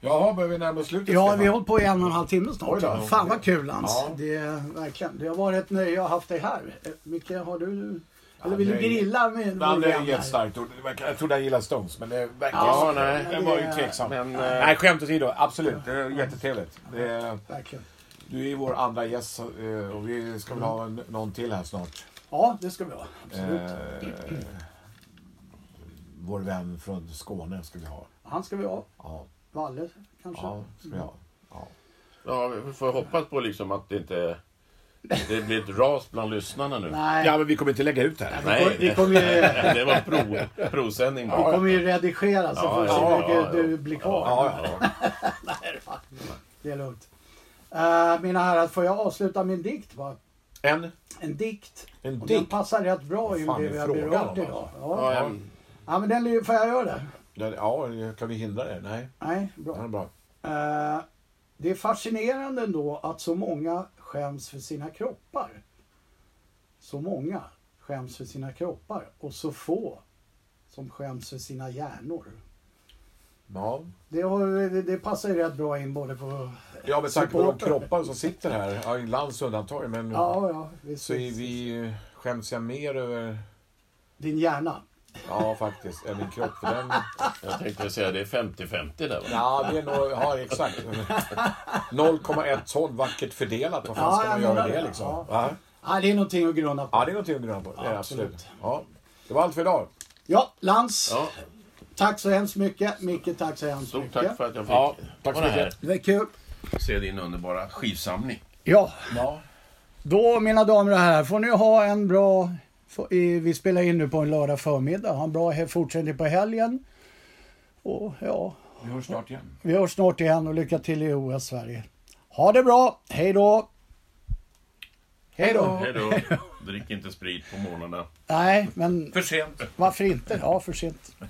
B: Jaha, börjar vi närma oss slutet?
A: Ja,
B: Stefan?
A: vi har hållit på i en och en halv timme snart.
B: Oj då.
A: Fan vad kul Lans.
B: Ja.
A: Det är verkligen. Det har varit ett nöje att ha haft dig här. Eh, Micke, har du... Eller vill du
B: nöje.
A: grilla med
B: Nej,
A: vår
B: det är
A: vän
B: ju ett
A: här?
B: starkt ord. Det verkar- Jag trodde han gillade Stones, men det verkar
C: Ja,
B: så.
C: nej.
B: Det var ju tveksam.
C: Men, eh,
B: nej, skämt åsido. Absolut, det är jättetrevligt. Det är,
A: Verkligen.
B: du är ju vår andra gäst eh, och vi ska väl ha en- någon till här snart.
A: Ja, det ska vi ha. Absolut.
B: Eh, vår vän från Skåne ska vi ha.
A: Han ska vi ha.
B: Ja,
A: Valle kanske.
B: ja ska vi ha. Ja.
C: Ja, vi får hoppas på liksom att det inte det blir ett ras bland lyssnarna nu.
A: Nej,
B: ja, men vi kommer inte lägga ut det här.
A: vi- vi kommer ju...
C: *laughs* det var pro, prosändning
A: Vi
C: bara.
A: kommer ju redigera så
C: Ja,
A: får vi
C: ja,
A: se hur
C: ja,
A: mycket
C: ja.
A: du blir kvar.
B: Ja, ja.
A: Det är lugnt. Eh, mina herrar, får jag avsluta min dikt? Va?
C: En?
A: En dikt.
B: En
A: Och den
B: dikt?
A: passar rätt bra
B: Vad
A: i
B: fan
A: det
B: är
A: vi har
B: frågan
A: berört
B: om,
A: idag.
B: alltså?
A: Ja.
C: Ja,
A: Ja.
C: en.
A: men den lyder... Får jag göra det?
B: Ja, kan vi hindra det? Nej,
A: Nej,
B: det här är
A: bra.
B: bra.
A: Eh, det är fascinerande ändå att så många skäms för sina kroppar. Så många skäms för sina kroppar och så få som skäms för sina hjärnor.
B: Ja.
A: Det, har, det, det passar ju rätt bra in både på...
B: Ja, med tanke på de
A: Supporter.
B: kroppar som sitter här, ja, i lands undantag, men
A: Ja, ja, visst,
B: så är
A: visst.
B: vi, skäms jag mer över,
A: Din hjärna.
B: ja faktiskt, än min kropp. För den,
C: Jag tänkte säga det är 50-50 där va?
B: ja, det är nog, ja exakt. *laughs* 0,1 ton vackert fördelat, vad fan
A: Ja,
B: ska man
A: jag
B: göra
A: menar
B: det
A: det.
B: liksom?
A: Ja.
B: Va?
A: Ja, det är någonting att grunna på.
B: Ja, det är någonting att grunna på, det är det absolut.
A: Absolut.
B: Ja. Det var allt för idag.
A: Ja, Lans.
C: Ja,
A: Tack så hemskt mycket. Micke, tack så hemskt
C: stort
A: mycket.
C: tack för att jag fick
B: Ja, tack så
C: vara
B: mycket.
A: Det var kul.
C: här. Se din underbara skivsamling.
A: Ja,
B: Ja.
A: då mina damer och herrar får ni ha en bra... få- i- Vi spelar in nu på en lördag förmiddag. Ha en bra he- fortsättning på helgen. Och ja,
B: Vi hörs snart igen.
A: vi hörs snart igen och lycka till i OS Sverige. Ha det bra. Hej då! Hej då!
C: Hej då. Drick inte sprit på morgnarna.
A: Nej, men
C: För sent.
A: varför inte? Ja, för sent.